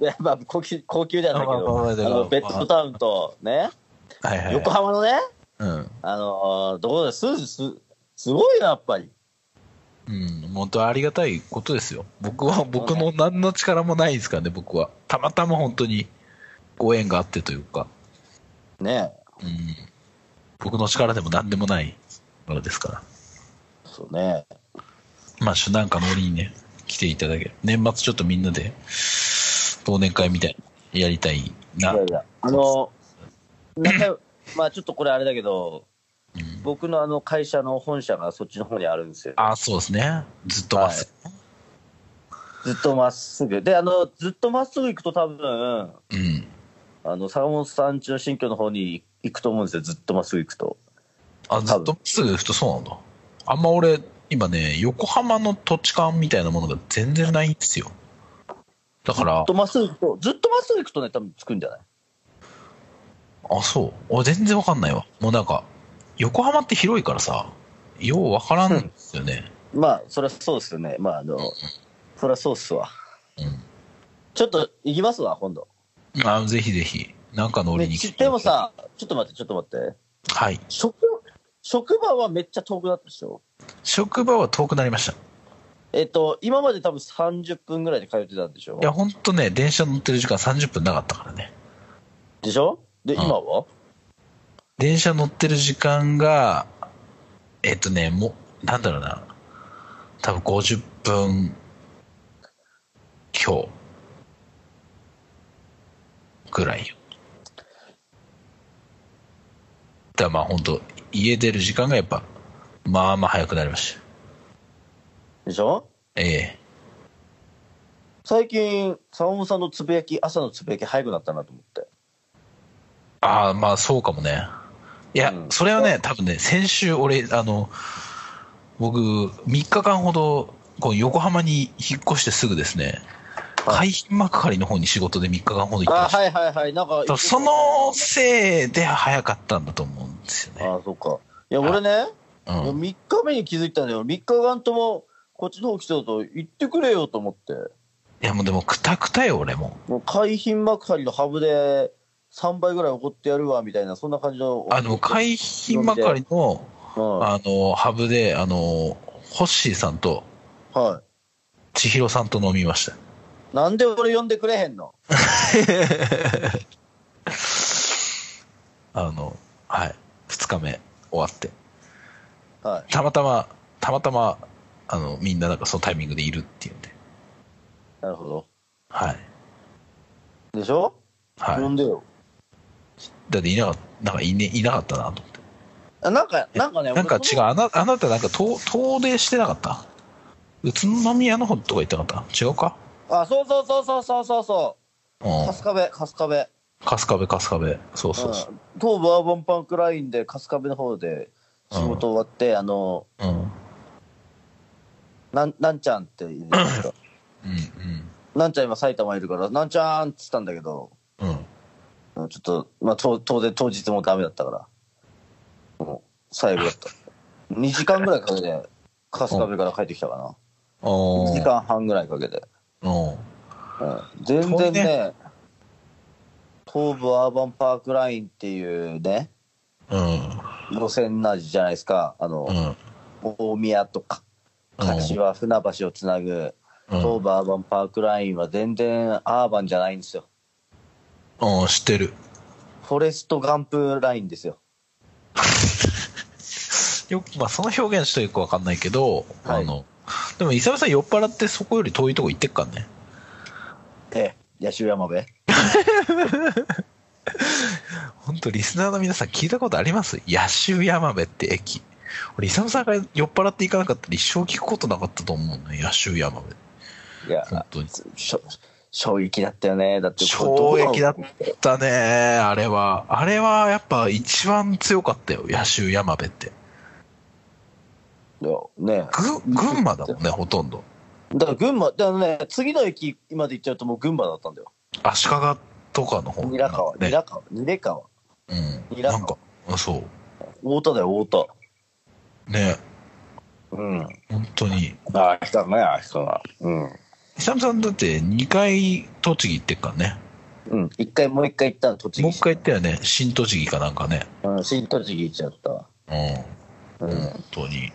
Speaker 2: やまあ、高級、高級じゃないけ
Speaker 1: まあまあまあで
Speaker 2: ど、あ
Speaker 1: も
Speaker 2: の、ベッドタウンと、ね、
Speaker 1: はいはい。
Speaker 2: 横浜のね、
Speaker 1: うん。
Speaker 2: あのー、どこだ、す、す、すごいな、やっぱり。
Speaker 1: うん。本当ありがたいことですよ。僕は、僕の何の力もないですからね、僕は。たまたま本当にご縁があってというか、
Speaker 2: ね
Speaker 1: うん。僕の力でも何でもないものですから。
Speaker 2: そうね。
Speaker 1: まあ、主なんかの折にね、来ていただけ年末ちょっとみんなで、忘年会みたいな、やりたい
Speaker 2: い
Speaker 1: な。
Speaker 2: やいや。あの、仲 *laughs* まあちょっとこれあれだけど、
Speaker 1: うん
Speaker 2: 僕のあの会社の本社がそっちの方にあるんですよ。
Speaker 1: あそうですね。ずっとまっす
Speaker 2: ずっとまっすぐ。で、あの、ずっとまっすぐ行くと多分、
Speaker 1: ぐ。うん。
Speaker 2: あの、坂本さん家の新居の方に行くと思うんですよ。ずっとまっすぐ行くと。
Speaker 1: あ、ずっとまっすぐ行くとそうなんだ。あんま俺、今ね、横浜の土地勘みたいなものが全然ないんですよ。だか
Speaker 2: ず
Speaker 1: ら
Speaker 2: っと、まっすぐ行くと、ずっとまっすぐ行くとね、多分着くんじゃない
Speaker 1: あ、そう。俺全然わかんないわ。もうなんか、横浜って広いからさ、ようわからんんですよね。
Speaker 2: まあ、そりゃそうっすよね。まあ、あの、そりゃそうっすわ。
Speaker 1: うん
Speaker 2: ちょっと行きますわ、今度。
Speaker 1: あぜひぜひ、なんかの折
Speaker 2: ね
Speaker 1: に来て
Speaker 2: でも、さ、ちょっと待って、ちょっと待って。
Speaker 1: はい。
Speaker 2: 職、職場はめっちゃ遠くなったでしょ
Speaker 1: 職場は遠くなりました。
Speaker 2: えっと、今まで多分30分ぐらいで通ってたんでしょ
Speaker 1: いや、ほんとね、電車乗ってる時間30分なかったからね。
Speaker 2: でしょで、
Speaker 1: うん
Speaker 2: 今は
Speaker 1: 電車乗ってる時間が、えっとね、もう、なんだろうな。多分50分、今日、ぐらいよ。だからまあ本当家出る時間がやっぱ、まあまあ早くなりました。
Speaker 2: でしょ
Speaker 1: ええ
Speaker 2: 最近、坂本さんのつぶやき、朝のつぶやき早くなったなと思って。
Speaker 1: ああ、まあそうかもね。いや、
Speaker 2: うん
Speaker 1: それはね、多分ね、先週俺、あの、僕、3日間ほど、こう横浜に引っ越してすぐですね、
Speaker 2: はい
Speaker 1: 海浜幕張の方に仕事で3日間ほど行って
Speaker 2: あ
Speaker 1: ました。
Speaker 2: はいはいはい。なんか、
Speaker 1: 多分そのせいで早かったんだと思うんですよね。
Speaker 2: ああ、そっか。いや、俺ね、
Speaker 1: うん
Speaker 2: 3日目に気づいたんだよ。3日間とも、こっちの方来てると、行ってくれよと思って。
Speaker 1: いや、もうでも、くたくたよ、俺も。
Speaker 2: もう、海浜幕張のハブで、3倍ぐらい怒ってやるわ、みたいな、そんな感じの。
Speaker 1: あの、海浜幕張の、
Speaker 2: うんは
Speaker 1: あの、ハブで、あの、ホッシーさんと、千尋さんと飲みました。
Speaker 2: い。なんで俺呼んでくれへんの
Speaker 1: あの、はい、2日目終わって。
Speaker 2: はい。
Speaker 1: たまたま、たまたま、あの、みんななんかそのタイミングでいるっていうんで。
Speaker 2: なるほど。
Speaker 1: はい。
Speaker 2: でしょ
Speaker 1: はい。
Speaker 2: 呼んでよ。
Speaker 1: だっていなかった、なんかい,、ね、いなかったなと思って。
Speaker 2: あなんか、なんかね、
Speaker 1: なんか
Speaker 2: 俺
Speaker 1: 違う、あなあなたなんか遠遠出してなかった宇都宮の方とか行ってなかった違うか
Speaker 2: あ、そうそうそうそうそうそうそ
Speaker 1: う
Speaker 2: う。
Speaker 1: ん。
Speaker 2: 春日部、春日部。
Speaker 1: 春日部、春日部。そうそうそう
Speaker 2: う。ん東部アーバンパンクラインで春日部の方で仕事終わって、あの
Speaker 1: うん。うん。
Speaker 2: なんなんちゃんっているんですけど
Speaker 1: うん。
Speaker 2: なんちゃん今埼玉いるからなんちゃんっつったんだけど
Speaker 1: うん。
Speaker 2: うんちょっと、まあ、と当然当日もダメだったからもう最後
Speaker 1: *laughs*
Speaker 2: だった2時間ぐらいかけて春日部から帰ってきたかな
Speaker 1: お
Speaker 2: 1時
Speaker 1: ー
Speaker 2: 間半ぐらいかけて、
Speaker 1: おー
Speaker 2: うん全然ね東部アーバンパークラインっていうね
Speaker 1: うん。
Speaker 2: 路線なじじゃないですかあの、
Speaker 1: うん。
Speaker 2: 大宮とか柏船橋をつなぐ
Speaker 1: うん
Speaker 2: 東部アーバンパークラインは全然アーバンじゃないんですよ
Speaker 1: うん、知ってる。
Speaker 2: フォレストガンプラインですよ
Speaker 1: よく、まあ、その表現ちょっとよくわかんないけど、
Speaker 2: はい
Speaker 1: あの、でも、伊沢さん酔っ払ってそこより遠いとこ行ってっからね。
Speaker 2: ええ八潮山部
Speaker 1: 本当リスナーの皆さん聞いたことあります野州山部って駅。俺、伊沢さんが酔っ払って行かなかったら一生聞くことなかったと思うね。野州山部。
Speaker 2: いや
Speaker 1: 本当に。
Speaker 2: しょ衝撃だったよねだって
Speaker 1: 衝撃だっ
Speaker 2: こ
Speaker 1: たね、あれは。あれはやっぱ一番強かったよ。野州山部って。
Speaker 2: れどこね
Speaker 1: ぐ、群馬だもんね、ほとんど。
Speaker 2: だから群馬だからね次の駅まで行っちゃうともう群馬だったんだよ
Speaker 1: 足利とかの方
Speaker 2: ニラ川ニ
Speaker 1: ね。
Speaker 2: ラ川ニレ川
Speaker 1: うん。
Speaker 2: ニラ
Speaker 1: なん
Speaker 2: 川
Speaker 1: か、そ
Speaker 2: 太田だよ太
Speaker 1: う。ね。
Speaker 2: 田うん
Speaker 1: 本当に。
Speaker 2: ああ来たねあ来たなうん
Speaker 1: 久さんだって2回栃木行ってっからね。
Speaker 2: うん、一回もう一回行ったの栃木
Speaker 1: もう一回行ったよね。新栃木かなんかね。
Speaker 2: うん、新栃木行っちゃったわ
Speaker 1: う。
Speaker 2: うんん
Speaker 1: 本当に。
Speaker 2: い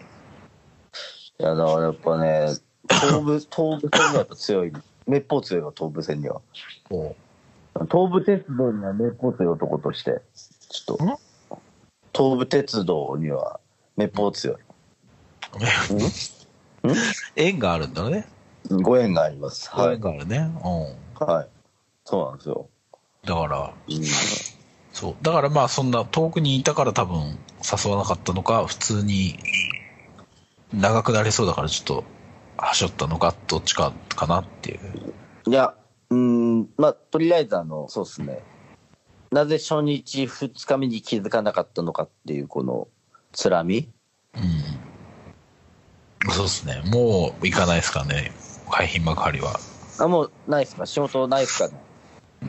Speaker 2: やだからやっぱね、東武 *laughs* 東武線がやっぱ強い、めっぽう強いわ、東武線には。
Speaker 1: こ
Speaker 2: 東武鉄道にはめっぽう強い男として、ちょっ
Speaker 1: ん
Speaker 2: と、東武鉄道にはめっぽう強い。
Speaker 1: う縁があるんだね。
Speaker 2: ご縁があります。は
Speaker 1: 縁
Speaker 2: い。
Speaker 1: があるね。う
Speaker 2: はい。そうなんですよ。
Speaker 1: ん。だから、
Speaker 2: うん
Speaker 1: そう。だからまあそんな遠くにいたから多分誘わなかったのか、普通に長くなりそうだからちょっと、はしょったのか、どっちかかなっていう。
Speaker 2: いや、うん、まあ、とりあえず、あの、そうですね。なぜ初日、二日目に気づかなかったのかっていう、この、つらみ。
Speaker 1: うん。そうですね。もう行かないですかね。海浜幕張は。
Speaker 2: あ、もう、ないっすか仕事ないっすかね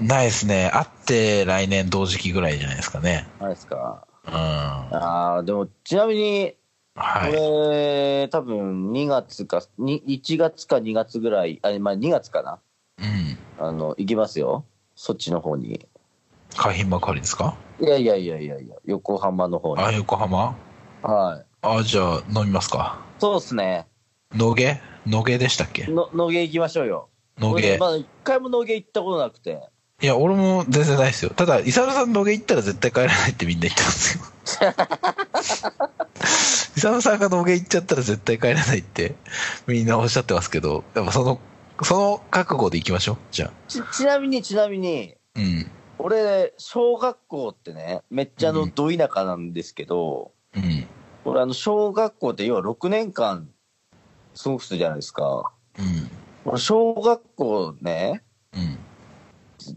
Speaker 1: ないですね。あって来年同時期ぐらいじゃないですかね。
Speaker 2: ないっすか
Speaker 1: うん。は
Speaker 2: ああ、でも、ちなみに、
Speaker 1: い。
Speaker 2: これ、多分2月か、に1月か2月ぐらい、あまあ、2月かな、
Speaker 1: うん。
Speaker 2: あの行きますよ、そっちの方に。
Speaker 1: 海浜幕張ですか
Speaker 2: いやいやいやいやいや、横浜の方に。
Speaker 1: あ、横浜
Speaker 2: はい、
Speaker 1: あ、じゃあ飲みますか。
Speaker 2: そうですね、
Speaker 1: 野毛野毛でしたっけ
Speaker 2: の野毛行きましょうよ。
Speaker 1: 野
Speaker 2: 俺
Speaker 1: 毛。
Speaker 2: まだ一回も野毛行ったことなくて、
Speaker 1: いや、俺も全然ないですよ。ただ、伊沢さんのげ行ったら絶対帰らないってみんな言ったんですよ。伊沢さんがのげ行っちゃったら絶対帰らないってみんなおっしゃってますけど、やっぱその、その覚悟で行きましょう。じゃあ。
Speaker 2: ちちなみに、ちなみに、
Speaker 1: うん。
Speaker 2: 俺、小学校ってね、めっちゃあのど田舎なんですけど、
Speaker 1: うん。
Speaker 2: 俺、あの小学校って要は6年間過ごすじゃないですか。
Speaker 1: うん。
Speaker 2: 俺小学校ね、
Speaker 1: うん。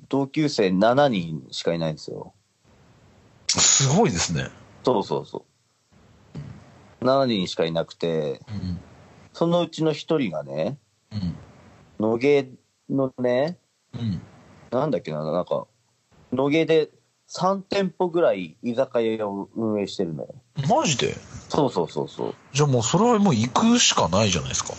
Speaker 2: 同級生7人しかいないんですよ。
Speaker 1: すごいですね。
Speaker 2: そうそうそう。7人しかいなくて、
Speaker 1: うん。
Speaker 2: そのうちの1人がね、
Speaker 1: うん。
Speaker 2: 野毛のね、
Speaker 1: うん。
Speaker 2: なんだっけな、なんか、野毛で3店舗ぐらい居酒屋を運営してるのよ。
Speaker 1: マジで
Speaker 2: そうそうそうそう。
Speaker 1: じゃあもうそれはもう行くしかないじゃないですか。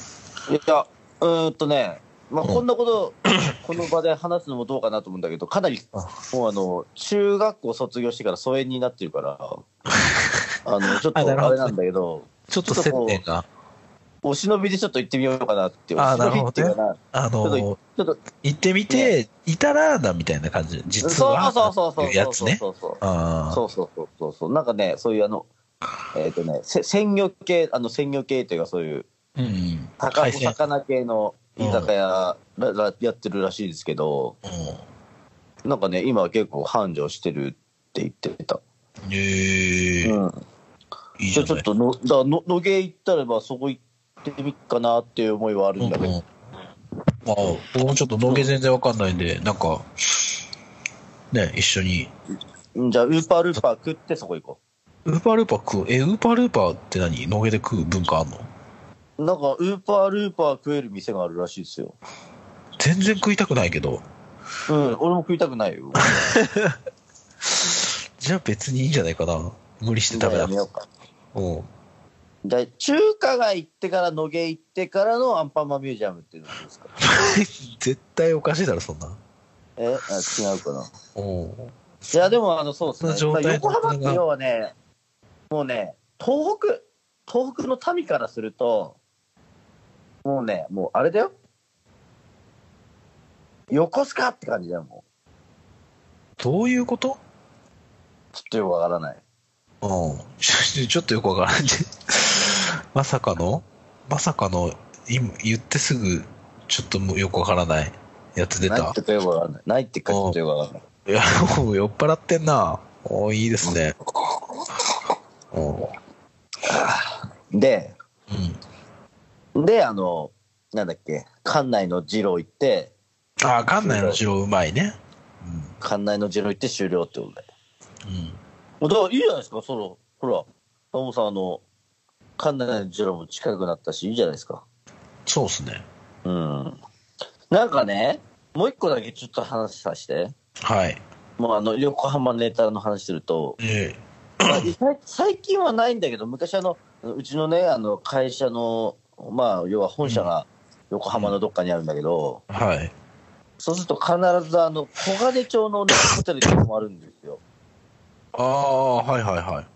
Speaker 2: いや、うーんとね、まあ、
Speaker 1: うん
Speaker 2: こんなこと、 *coughs* この場で話すのもどうかなと思うんだけど、かなり
Speaker 1: あ、
Speaker 2: もうあの、中学校卒業してから疎遠になってるから、
Speaker 1: *laughs*
Speaker 2: あの、ちょっと
Speaker 1: あなるほど
Speaker 2: あれなんだけど、
Speaker 1: ちょっと接点が、
Speaker 2: お忍びでちょっと行ってみようかなって。
Speaker 1: あー
Speaker 2: お忍びっていうかな
Speaker 1: あの
Speaker 2: ち
Speaker 1: ー、
Speaker 2: ちょっと、
Speaker 1: 行ってみて、いたら、だみたいな感じ。
Speaker 2: そう
Speaker 1: 実
Speaker 2: そう
Speaker 1: は、
Speaker 2: そうそう
Speaker 1: って
Speaker 2: そう
Speaker 1: いう
Speaker 2: そ
Speaker 1: や
Speaker 2: う
Speaker 1: つ
Speaker 2: そう
Speaker 1: ね。
Speaker 2: そうそう。
Speaker 1: ああ。
Speaker 2: そうそうそうそうそう。なんかね、そういうあの、えっ、とね、せ鮮魚系、あの鮮魚系というかそういう、
Speaker 1: うん。
Speaker 2: 高
Speaker 1: 海
Speaker 2: お
Speaker 1: 鮮。
Speaker 2: 魚系の居酒屋ら、らやってるらしいですけど、
Speaker 1: うん
Speaker 2: なんかね、今は結構繁盛してるって言ってた。
Speaker 1: ええ
Speaker 2: うん。
Speaker 1: いい
Speaker 2: じ
Speaker 1: じ
Speaker 2: ゃ
Speaker 1: ゃ
Speaker 2: あちょ
Speaker 1: な
Speaker 2: っ
Speaker 1: い
Speaker 2: との、だからの、野毛行ったらば、そこ行ってみっかなっていう思いはあるんだけ
Speaker 1: うんう
Speaker 2: ど
Speaker 1: ん。まあ、僕もちょっと農芸全然わかんないんで、なんか、ね、一緒に。
Speaker 2: うん、じゃあ、ウーパールーパー食ってそこ行こ
Speaker 1: ウーパールーパー食うえ、ウーパールーパーって何農芸で食う文化あんの
Speaker 2: う。なんか、ウーパールーパー食える店があるらしいですよ。
Speaker 1: 全然食いたくないけど。
Speaker 2: うん、俺も食いたくないよ。
Speaker 1: じゃあ別にいいんじゃないかな。無理して食べな
Speaker 2: や
Speaker 1: く
Speaker 2: め
Speaker 1: て
Speaker 2: ようか。
Speaker 1: うん。
Speaker 2: だい中華街行ってから、野毛行ってからのアンパンマンミュージアムっていうのはどうですか。
Speaker 1: 絶対おかしいだろ、そんな。
Speaker 2: えあ違うかな。
Speaker 1: うん。
Speaker 2: いや、でも、あの、そうですね。
Speaker 1: そんな状態
Speaker 2: まあ横浜っ
Speaker 1: なか
Speaker 2: て
Speaker 1: なか
Speaker 2: 要はね、もうね、東北、東北の民からすると、もうね、もうあれだよ。横須賀って感じだよ、も
Speaker 1: どういうこと
Speaker 2: う。ちょっとよくわからない。
Speaker 1: うん。 *laughs* ちょっとよくわからんじ。 *laughs* まさかのまさかの、今言ってすぐ、ちょっともうよくわからないやつ出
Speaker 2: ない
Speaker 1: た
Speaker 2: っ。てかよくわからない。ないってかちょっとよくわからない。
Speaker 1: いや、もう酔っ *laughs* 払ってんな。おーいいですね。うん。うん。
Speaker 2: で、で、あの、なんだっけ、館内の二郎行って、
Speaker 1: あ、館内の城うまいね。
Speaker 2: 館内の二郎行って終了ってことで。
Speaker 1: うん。うん。
Speaker 2: もうだからいいじゃないですか、その、ほら、タモさん、あの、館内の二郎も近くなったし、いいじゃないですか。
Speaker 1: そうっすね。
Speaker 2: うんなんかね、もう一個だけちょっと話させて、
Speaker 1: はい。
Speaker 2: もうあの横浜ネタの話する
Speaker 1: *clears throat*
Speaker 2: と、
Speaker 1: ええ
Speaker 2: まあ最最近はないんだけど、昔あの、うちのね、あの会社の、まあ、要は本社が横浜のどっかにあるんだけど、
Speaker 1: はい。
Speaker 2: そうすると必ず、あの小金町の、ね、ホテルに泊まるんですよ。
Speaker 1: ああ、はいはいはい。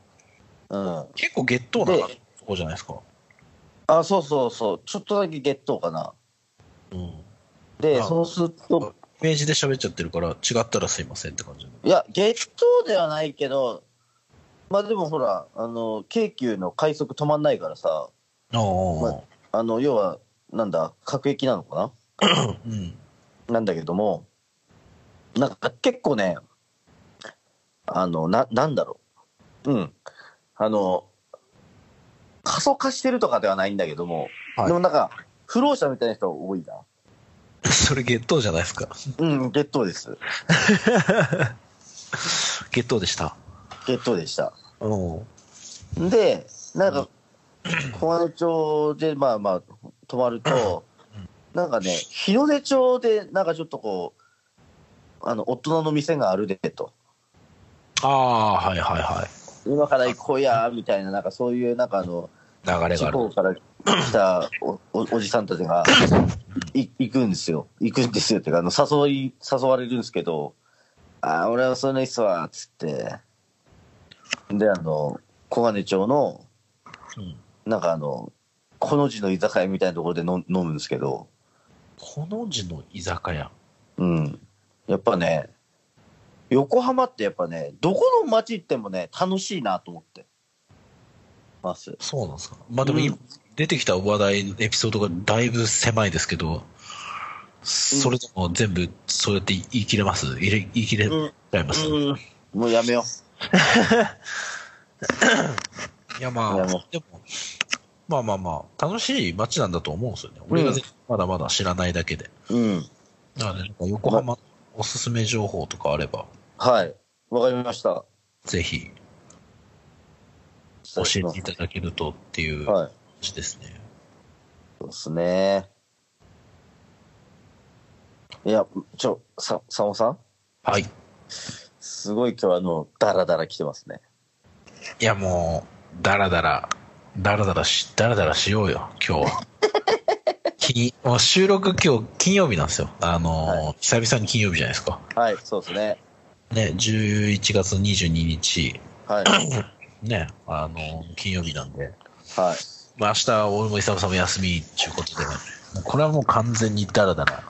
Speaker 2: うん、
Speaker 1: 結構ゲットーな
Speaker 2: で
Speaker 1: とこじゃないですか。
Speaker 2: あ、そうそうそう、ちょっとだけゲットかな。
Speaker 1: うん。
Speaker 2: で、
Speaker 1: あ
Speaker 2: そうすると、
Speaker 1: イメージで喋っちゃってるから、違ったらすいませんって感じ。
Speaker 2: いや、ゲットではないけど、まあでもほら、あの京急の快速止まんないからさ、
Speaker 1: ああ、
Speaker 2: あの要は、なんだ、各駅なのか
Speaker 1: うん。 *laughs*
Speaker 2: ななんだけども、なんか結構ね、あのななんだろう、うん、あの、過疎化してるとかではないんだけども、
Speaker 1: はい
Speaker 2: でもなんか、不老者みたいな人が多いな。
Speaker 1: それゲットーじゃないですか。
Speaker 2: うん、ゲットーです。
Speaker 1: ゲットーでした。
Speaker 2: ゲットーでした。
Speaker 1: うん。
Speaker 2: で、なんか、小金町で、まあまあ、泊まると、なんかね、日の出町で、なんかちょっとこう、あの、大人の店があるで、と。
Speaker 1: ああ、はいはいは
Speaker 2: 今から行こうや、みたいな、なんかそういう、なんかあの、
Speaker 1: い。流れ
Speaker 2: 地
Speaker 1: がある。
Speaker 2: 方から来たおおおじさんたちが、い行くんですよ。行くんですよ。っていうか、あの、誘い、誘われるんですけど、ああ、俺はそれないっすわ、つって。で、あの、小金町の、
Speaker 1: うん
Speaker 2: なんかあの、この字の居酒屋みたいなところで飲飲むんですけど、
Speaker 1: この字の居酒屋。
Speaker 2: うん。やっぱね、横浜ってやっぱね、どこの街行ってもね、楽しいなと思ってます。
Speaker 1: そうなんですか。まあでも
Speaker 2: うん
Speaker 1: 今、出てきた話題、エピソードがだいぶ狭いですけど、それでも全部そうやって言い切れます言いれ言い切れ
Speaker 2: うん
Speaker 1: ちゃいます、い
Speaker 2: もうやめよ
Speaker 1: やま
Speaker 2: い
Speaker 1: あ
Speaker 2: やもう、
Speaker 1: でも、まあまあまあ、楽しい街なんだと思うんですよね。俺が全然まだまだ知らないだけで。
Speaker 2: う。うん。
Speaker 1: なので、なんか横浜のおすすめ情報とかあれば、
Speaker 2: はい。わかりました。
Speaker 1: ぜひ教えていただけるとっていう感
Speaker 2: はい。
Speaker 1: じですね。
Speaker 2: そうですね。いや、ちょ、さ、さおさん
Speaker 1: はい。い
Speaker 2: すごい今日あの、ダラダラ来てますね。
Speaker 1: やもう、だらだら、だらだらし、だらだらしようよ、今日
Speaker 2: *laughs*
Speaker 1: は。金もう収録今日金曜日なんですよ。あのー、
Speaker 2: は
Speaker 1: 久々に金曜日じゃないですか。
Speaker 2: はい、そうですね。
Speaker 1: ね、11月22日、
Speaker 2: *coughs* はい。
Speaker 1: ね、あのー金曜日なんで、
Speaker 2: はい。
Speaker 1: まあ明日、俺も久々も休みっていうことで、もうこれはもう完全にだらだら、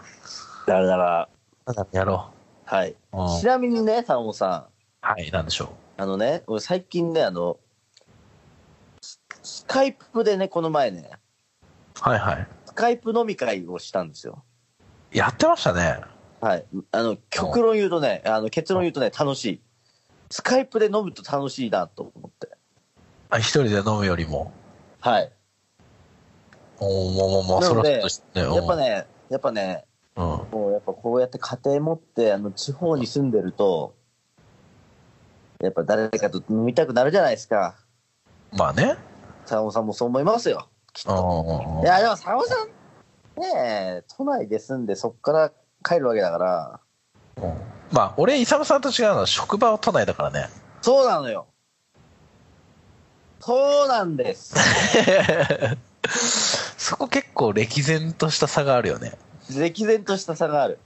Speaker 2: ダラダラ。
Speaker 1: だらだらやろ
Speaker 2: はい。
Speaker 1: う。うん
Speaker 2: ちなみにね、さおさ
Speaker 1: はい、なんでしょ
Speaker 2: ん。あのね、俺最近ね、あの、ススカイプでね、この前ね、
Speaker 1: う。はいはい。
Speaker 2: スカイプ飲み会をしたんですよ。
Speaker 1: やってましたね。
Speaker 2: はい。あの、極論言うとね、あの、結論言うとね、楽しい。スカイプで飲むと楽しいなと思って。
Speaker 1: あ、一人で飲むよりも。
Speaker 2: はい。
Speaker 1: おーまあまあまあ、
Speaker 2: な
Speaker 1: そ
Speaker 2: の
Speaker 1: ら
Speaker 2: で
Speaker 1: そうですね。
Speaker 2: やっぱね、やっぱね、
Speaker 1: うん。うん
Speaker 2: もうやっぱこうやって家庭持って、あの、地方に住んでると、やっぱ誰かと飲みたくなるじゃないですか。
Speaker 1: まあね。
Speaker 2: 坂本さんもそう思いますよ。
Speaker 1: うんうんうん
Speaker 2: いや、でも坂本さん、ねえ、都内で住んで、そっから帰るわけだから、
Speaker 1: うんまあ、俺、イサムさんと違うのは職場は都内だからね。 *laughs*
Speaker 2: そうなのよ。そうな
Speaker 1: *laughs*
Speaker 2: んです。
Speaker 1: そこ結構歴然とした差があるよね。
Speaker 2: 歴然とした差がある。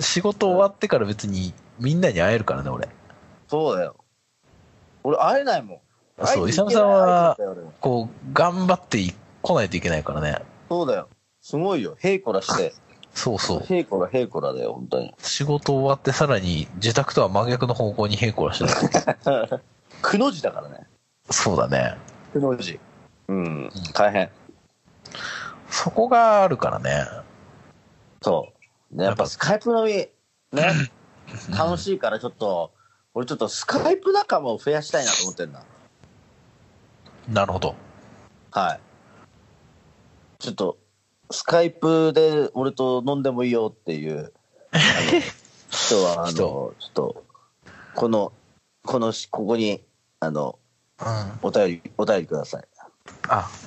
Speaker 1: 仕事終わってから別にみんなに会えるからね、俺。
Speaker 2: そうだよ。俺、会えないもん。
Speaker 1: そう、イ
Speaker 2: 会いに
Speaker 1: サ
Speaker 2: 行
Speaker 1: ム
Speaker 2: けな
Speaker 1: さん
Speaker 2: い
Speaker 1: は、
Speaker 2: 相手だったよ俺
Speaker 1: こう、頑張って来ないといけないからね。
Speaker 2: そうだよ。すごいよ。ヘイコラして。
Speaker 1: そうそう。
Speaker 2: ヘイコラ、ヘイコラだよ、本当に。 *laughs*
Speaker 1: 仕事終わってさらに自宅とは真逆の方向に並行してた。
Speaker 2: くの字だからね。
Speaker 1: そうだね。
Speaker 2: くの字。うん、大変。
Speaker 1: そこがあるからね。
Speaker 2: そう。ね、やっぱスカイプのみ、ね、楽しいからちょっと、俺ちょっとスカイプ仲間を増やしたいなと思ってんだ。
Speaker 1: なるほど。
Speaker 2: はい。ちょっと、スカイプで俺と飲んでもいいよっていう、あの人は、あの、
Speaker 1: 人
Speaker 2: ちょっと、この、このし、ここに、あの、
Speaker 1: うん。あ、
Speaker 2: お便り、お便りください。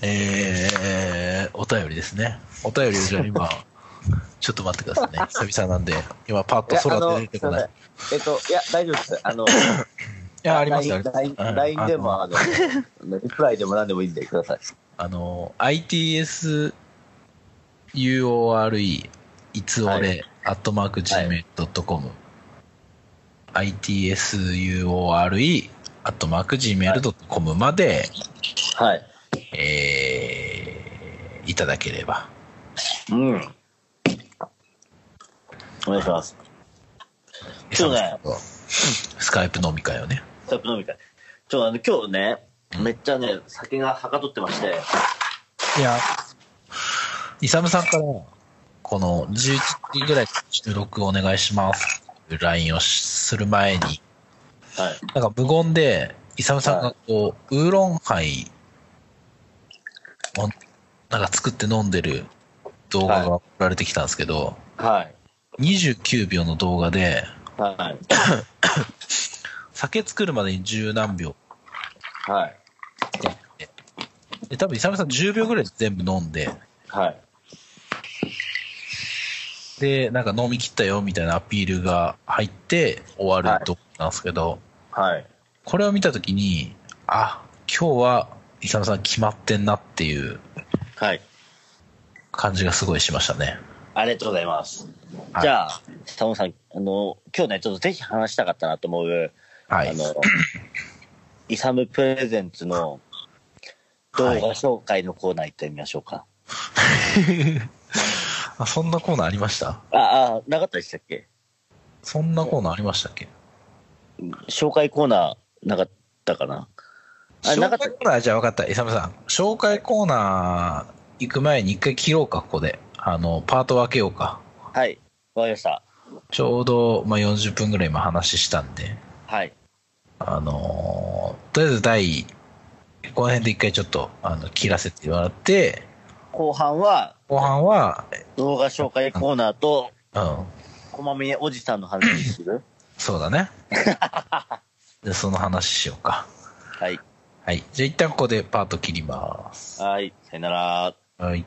Speaker 1: えー、お便りですね。お便りをじゃあ今、 *laughs* ちょっと待ってくださいね。久々なんで、今パッと
Speaker 2: いやあ
Speaker 1: 空
Speaker 2: の
Speaker 1: 出てこない。い
Speaker 2: すませんえっと、いや、大丈夫です。
Speaker 1: *laughs*
Speaker 2: あの、
Speaker 1: や、ありますよ。あ
Speaker 2: LINE
Speaker 1: ります
Speaker 2: LINE
Speaker 1: うん
Speaker 2: LINE で
Speaker 1: あの
Speaker 2: も、あの、リプライでも何でもいいんでください。
Speaker 1: あの、ITS UORE いつ
Speaker 2: は
Speaker 1: 俺
Speaker 2: い
Speaker 1: アットマーク Gmail.com、ITSUORE アットマーク Gmail.com まで、
Speaker 2: はい。
Speaker 1: えーいただければ。
Speaker 2: うん。お願いします。そうね
Speaker 1: 久々のスカイプ飲み会をね。
Speaker 2: スタップ飲み会。ちょ、あの、今日ね、めっちゃね、酒がはかどってまして、
Speaker 1: いや、イサムさんから、この11時ぐらい収録お願いしますっていう LINE をする前に、
Speaker 2: はい。
Speaker 1: なんか無言で、イサムさんがこう、ウーロンハイをなんか作って飲んでる動画が送られてきたんですけど、
Speaker 2: はい。
Speaker 1: 29秒の動画で、
Speaker 2: はい。
Speaker 1: 酒作るまでに十何秒
Speaker 2: はい。
Speaker 1: やって、で、多分イサムさん10秒ぐらいで全部飲んで、
Speaker 2: はい。
Speaker 1: で、なんか飲み切ったよみたいなアピールが入って終わると思ったんですけど、
Speaker 2: はい。
Speaker 1: これを見たときに、あ、今日はイサムさん決まってんなっていう
Speaker 2: はい。
Speaker 1: 感じがすごいしましたね。
Speaker 2: ありがとうございます。
Speaker 1: はい
Speaker 2: じゃあ、タモさん、あの、今日ね、ちょっとぜひ話したかったなと思う、
Speaker 1: はい。
Speaker 2: あの、イサムプレゼンツの動画紹介のコーナー行ってみましょうか。
Speaker 1: あそんなコーナーありました
Speaker 2: あ、あ、なかったでしたっけ
Speaker 1: そんなコーナーありましたっけ
Speaker 2: 紹介コーナーなかったかなあれ
Speaker 1: 紹
Speaker 2: なか
Speaker 1: 介
Speaker 2: った
Speaker 1: コーナーじゃあ分かった。イサムさん。紹介コーナー行く前に一回切ろうか、ここで。あの、パート分けようか。
Speaker 2: はい。わかりました。
Speaker 1: ちょうど、まあ、40分ぐらい今話したんで。
Speaker 2: はい。
Speaker 1: あのーとりあえず第、この辺で一回ちょっと、あの、切らせてもらって、
Speaker 2: 後半は
Speaker 1: 後半は、
Speaker 2: 動画紹介コーナーと、
Speaker 1: うん、
Speaker 2: こまめおじさんの話する
Speaker 1: そうだね。 *laughs* で、その話しようか。
Speaker 2: はい。
Speaker 1: はい。じゃあ一旦ここでパート切ります。
Speaker 2: はい。さよなら。
Speaker 1: はい。